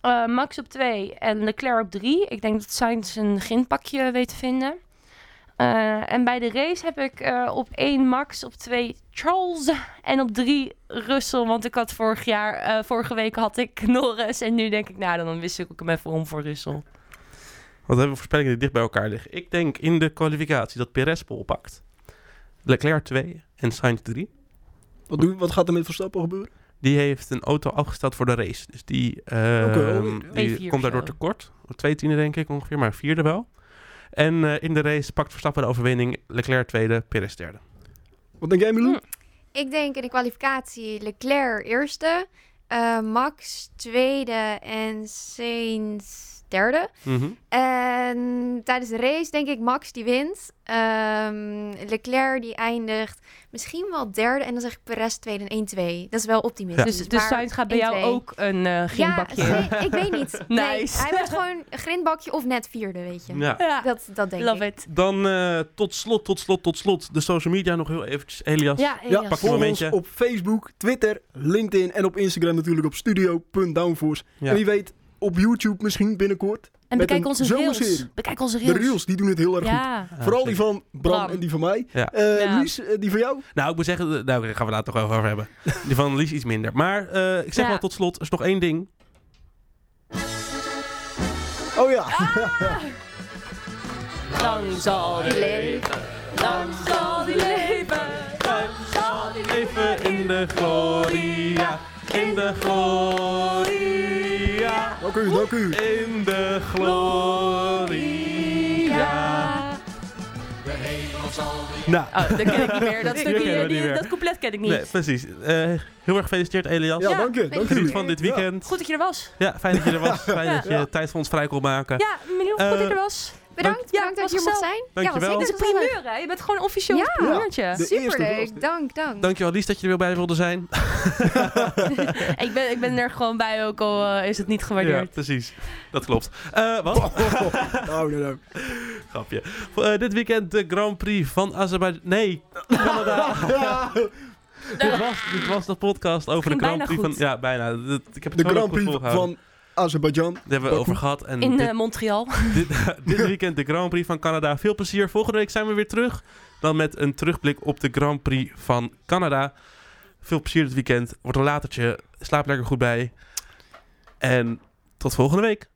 Eh, Max op 2 en Leclerc op 3. Ik denk dat Sainz een grindpakje weet te vinden. Eh, en bij de race heb ik eh, op 1 Max, op 2 Charles en op 3 Russell. Want ik had vorig jaar, eh, vorige week had ik Norris. En nu denk ik, nou dan wist ik hem even om voor Russell.
Want we hebben voorspellingen die dicht bij elkaar liggen. Ik denk in de kwalificatie dat Perez pol pakt. Leclerc 2 en Sainz 3.
Wat, doe, wat gaat er met Verstappen gebeuren?
Die heeft een auto afgesteld voor de race. Dus die, ehm,
Ook wel weer,
oh, ja. P4
die
of
komt daardoor
zo.
tekort. Twee tiende denk ik ongeveer, maar vierde wel. En eh, in de race pakt Verstappen de overwinning. Leclerc tweede, Perez derde.
Wat denk jij,
Hmm,
Milou?
Ik denk in de kwalificatie Leclerc eerste, eh, Max tweede en Sainz derde.
Mhm.
En tijdens de race denk ik Max die wint. Ehm, Leclerc die eindigt misschien wel derde. En dan zeg ik Perez tweede en 1-2. Dat is wel optimistisch.
Dus, dus
maar
Sainz gaat bij jou
1-2.
ook een
Ja,
eh grindbakje.
ze- ik weet niet. Nee,
Nice.
hij wordt gewoon een grindbakje of net vierde, weet je.
Ja.
Ja,
Dat, dat denk
love
ik.
it.
Dan eh, tot slot, tot slot, tot slot. De social media nog heel eventjes. Elias, Eh,
Ja,
Ja,
Pak
Elias.
je
volg ons
momentje.
op Facebook, Twitter, LinkedIn en op Instagram natuurlijk op studio.downforce.
Ja.
En wie weet op YouTube misschien binnenkort.
En
met
bekijk
een
onze reels.
zomerserie.
Bekijk onze
De
reels.
Reels, die doen het heel erg goed.
Ja.
Ah,
Vooral die
zeker.
van Bram,
Bram.
en die van mij.
Ja.
Eh,
Ja.
Lies, eh, die van jou.
Nou, ik moet zeggen, eh, nou, daar gaan we later toch wel over hebben. Die van Lies iets minder. Maar eh, ik zeg
Ja.
wel tot slot, er is nog één ding.
Oh ja.
Ah. Lang zal die leven, lang zal die leven, lang zal die
Even in de gloria, in de gloria,
Dank u, dank u.
in de gloria. Nou,
Oh, dat ken ik niet meer. Dat,
Die
stukje,
kennen we
die-
niet meer.
dat couplet ken ik niet.
nee, precies. Eh, heel erg gefeliciteerd, Elias.
Ja,
Ja,
dank je. Dank
Geniet
jullie.
van dit weekend.
Goed dat je er was.
Ja, fijn dat je er was. Fijn dat je
Ja.
tijd voor ons vrij kon maken.
Ja, Eh, meneer, goed dat je er was.
Bedankt,
Ja,
bedankt dat
was
je hier mocht
gezellig.
zijn.
Dankjewel.
Ja,
Dit
was
Het
zeker
is een primeur, hè? Je bent gewoon officieel het
Ja.
primeurtje.
De eerste was
Superleuk,
dit.
dank, dank.
Dankjewel, Lies, dat je er weer bij wilde zijn.
Ik ben, ik ben er gewoon bij, ook al eh, is het niet
Ja,
gewaardeerd.
precies. Dat klopt. Eh, wat?
Nou, nou, nou.
Grapje. Eh, dit weekend de Grand Prix van Azerbeidzjan. Nee, Canada. dit, was, dit was de podcast over de
Ging
Grand
bijna
Prix
goed.
van. Ja, bijna. Dit- ik heb het
De
zo
Grand
goed
Prix
volgehouden.
van Azerbeidzjan.
Daar hebben we over gehad. En
In eh,
dit,
Montreal.
dit, dit weekend de Grand Prix van Canada. Veel plezier. Volgende week zijn we weer terug. Dan met een terugblik op de Grand Prix van Canada. Veel plezier dit weekend. Wordt een latertje. Slaap lekker goed bij. En tot volgende week.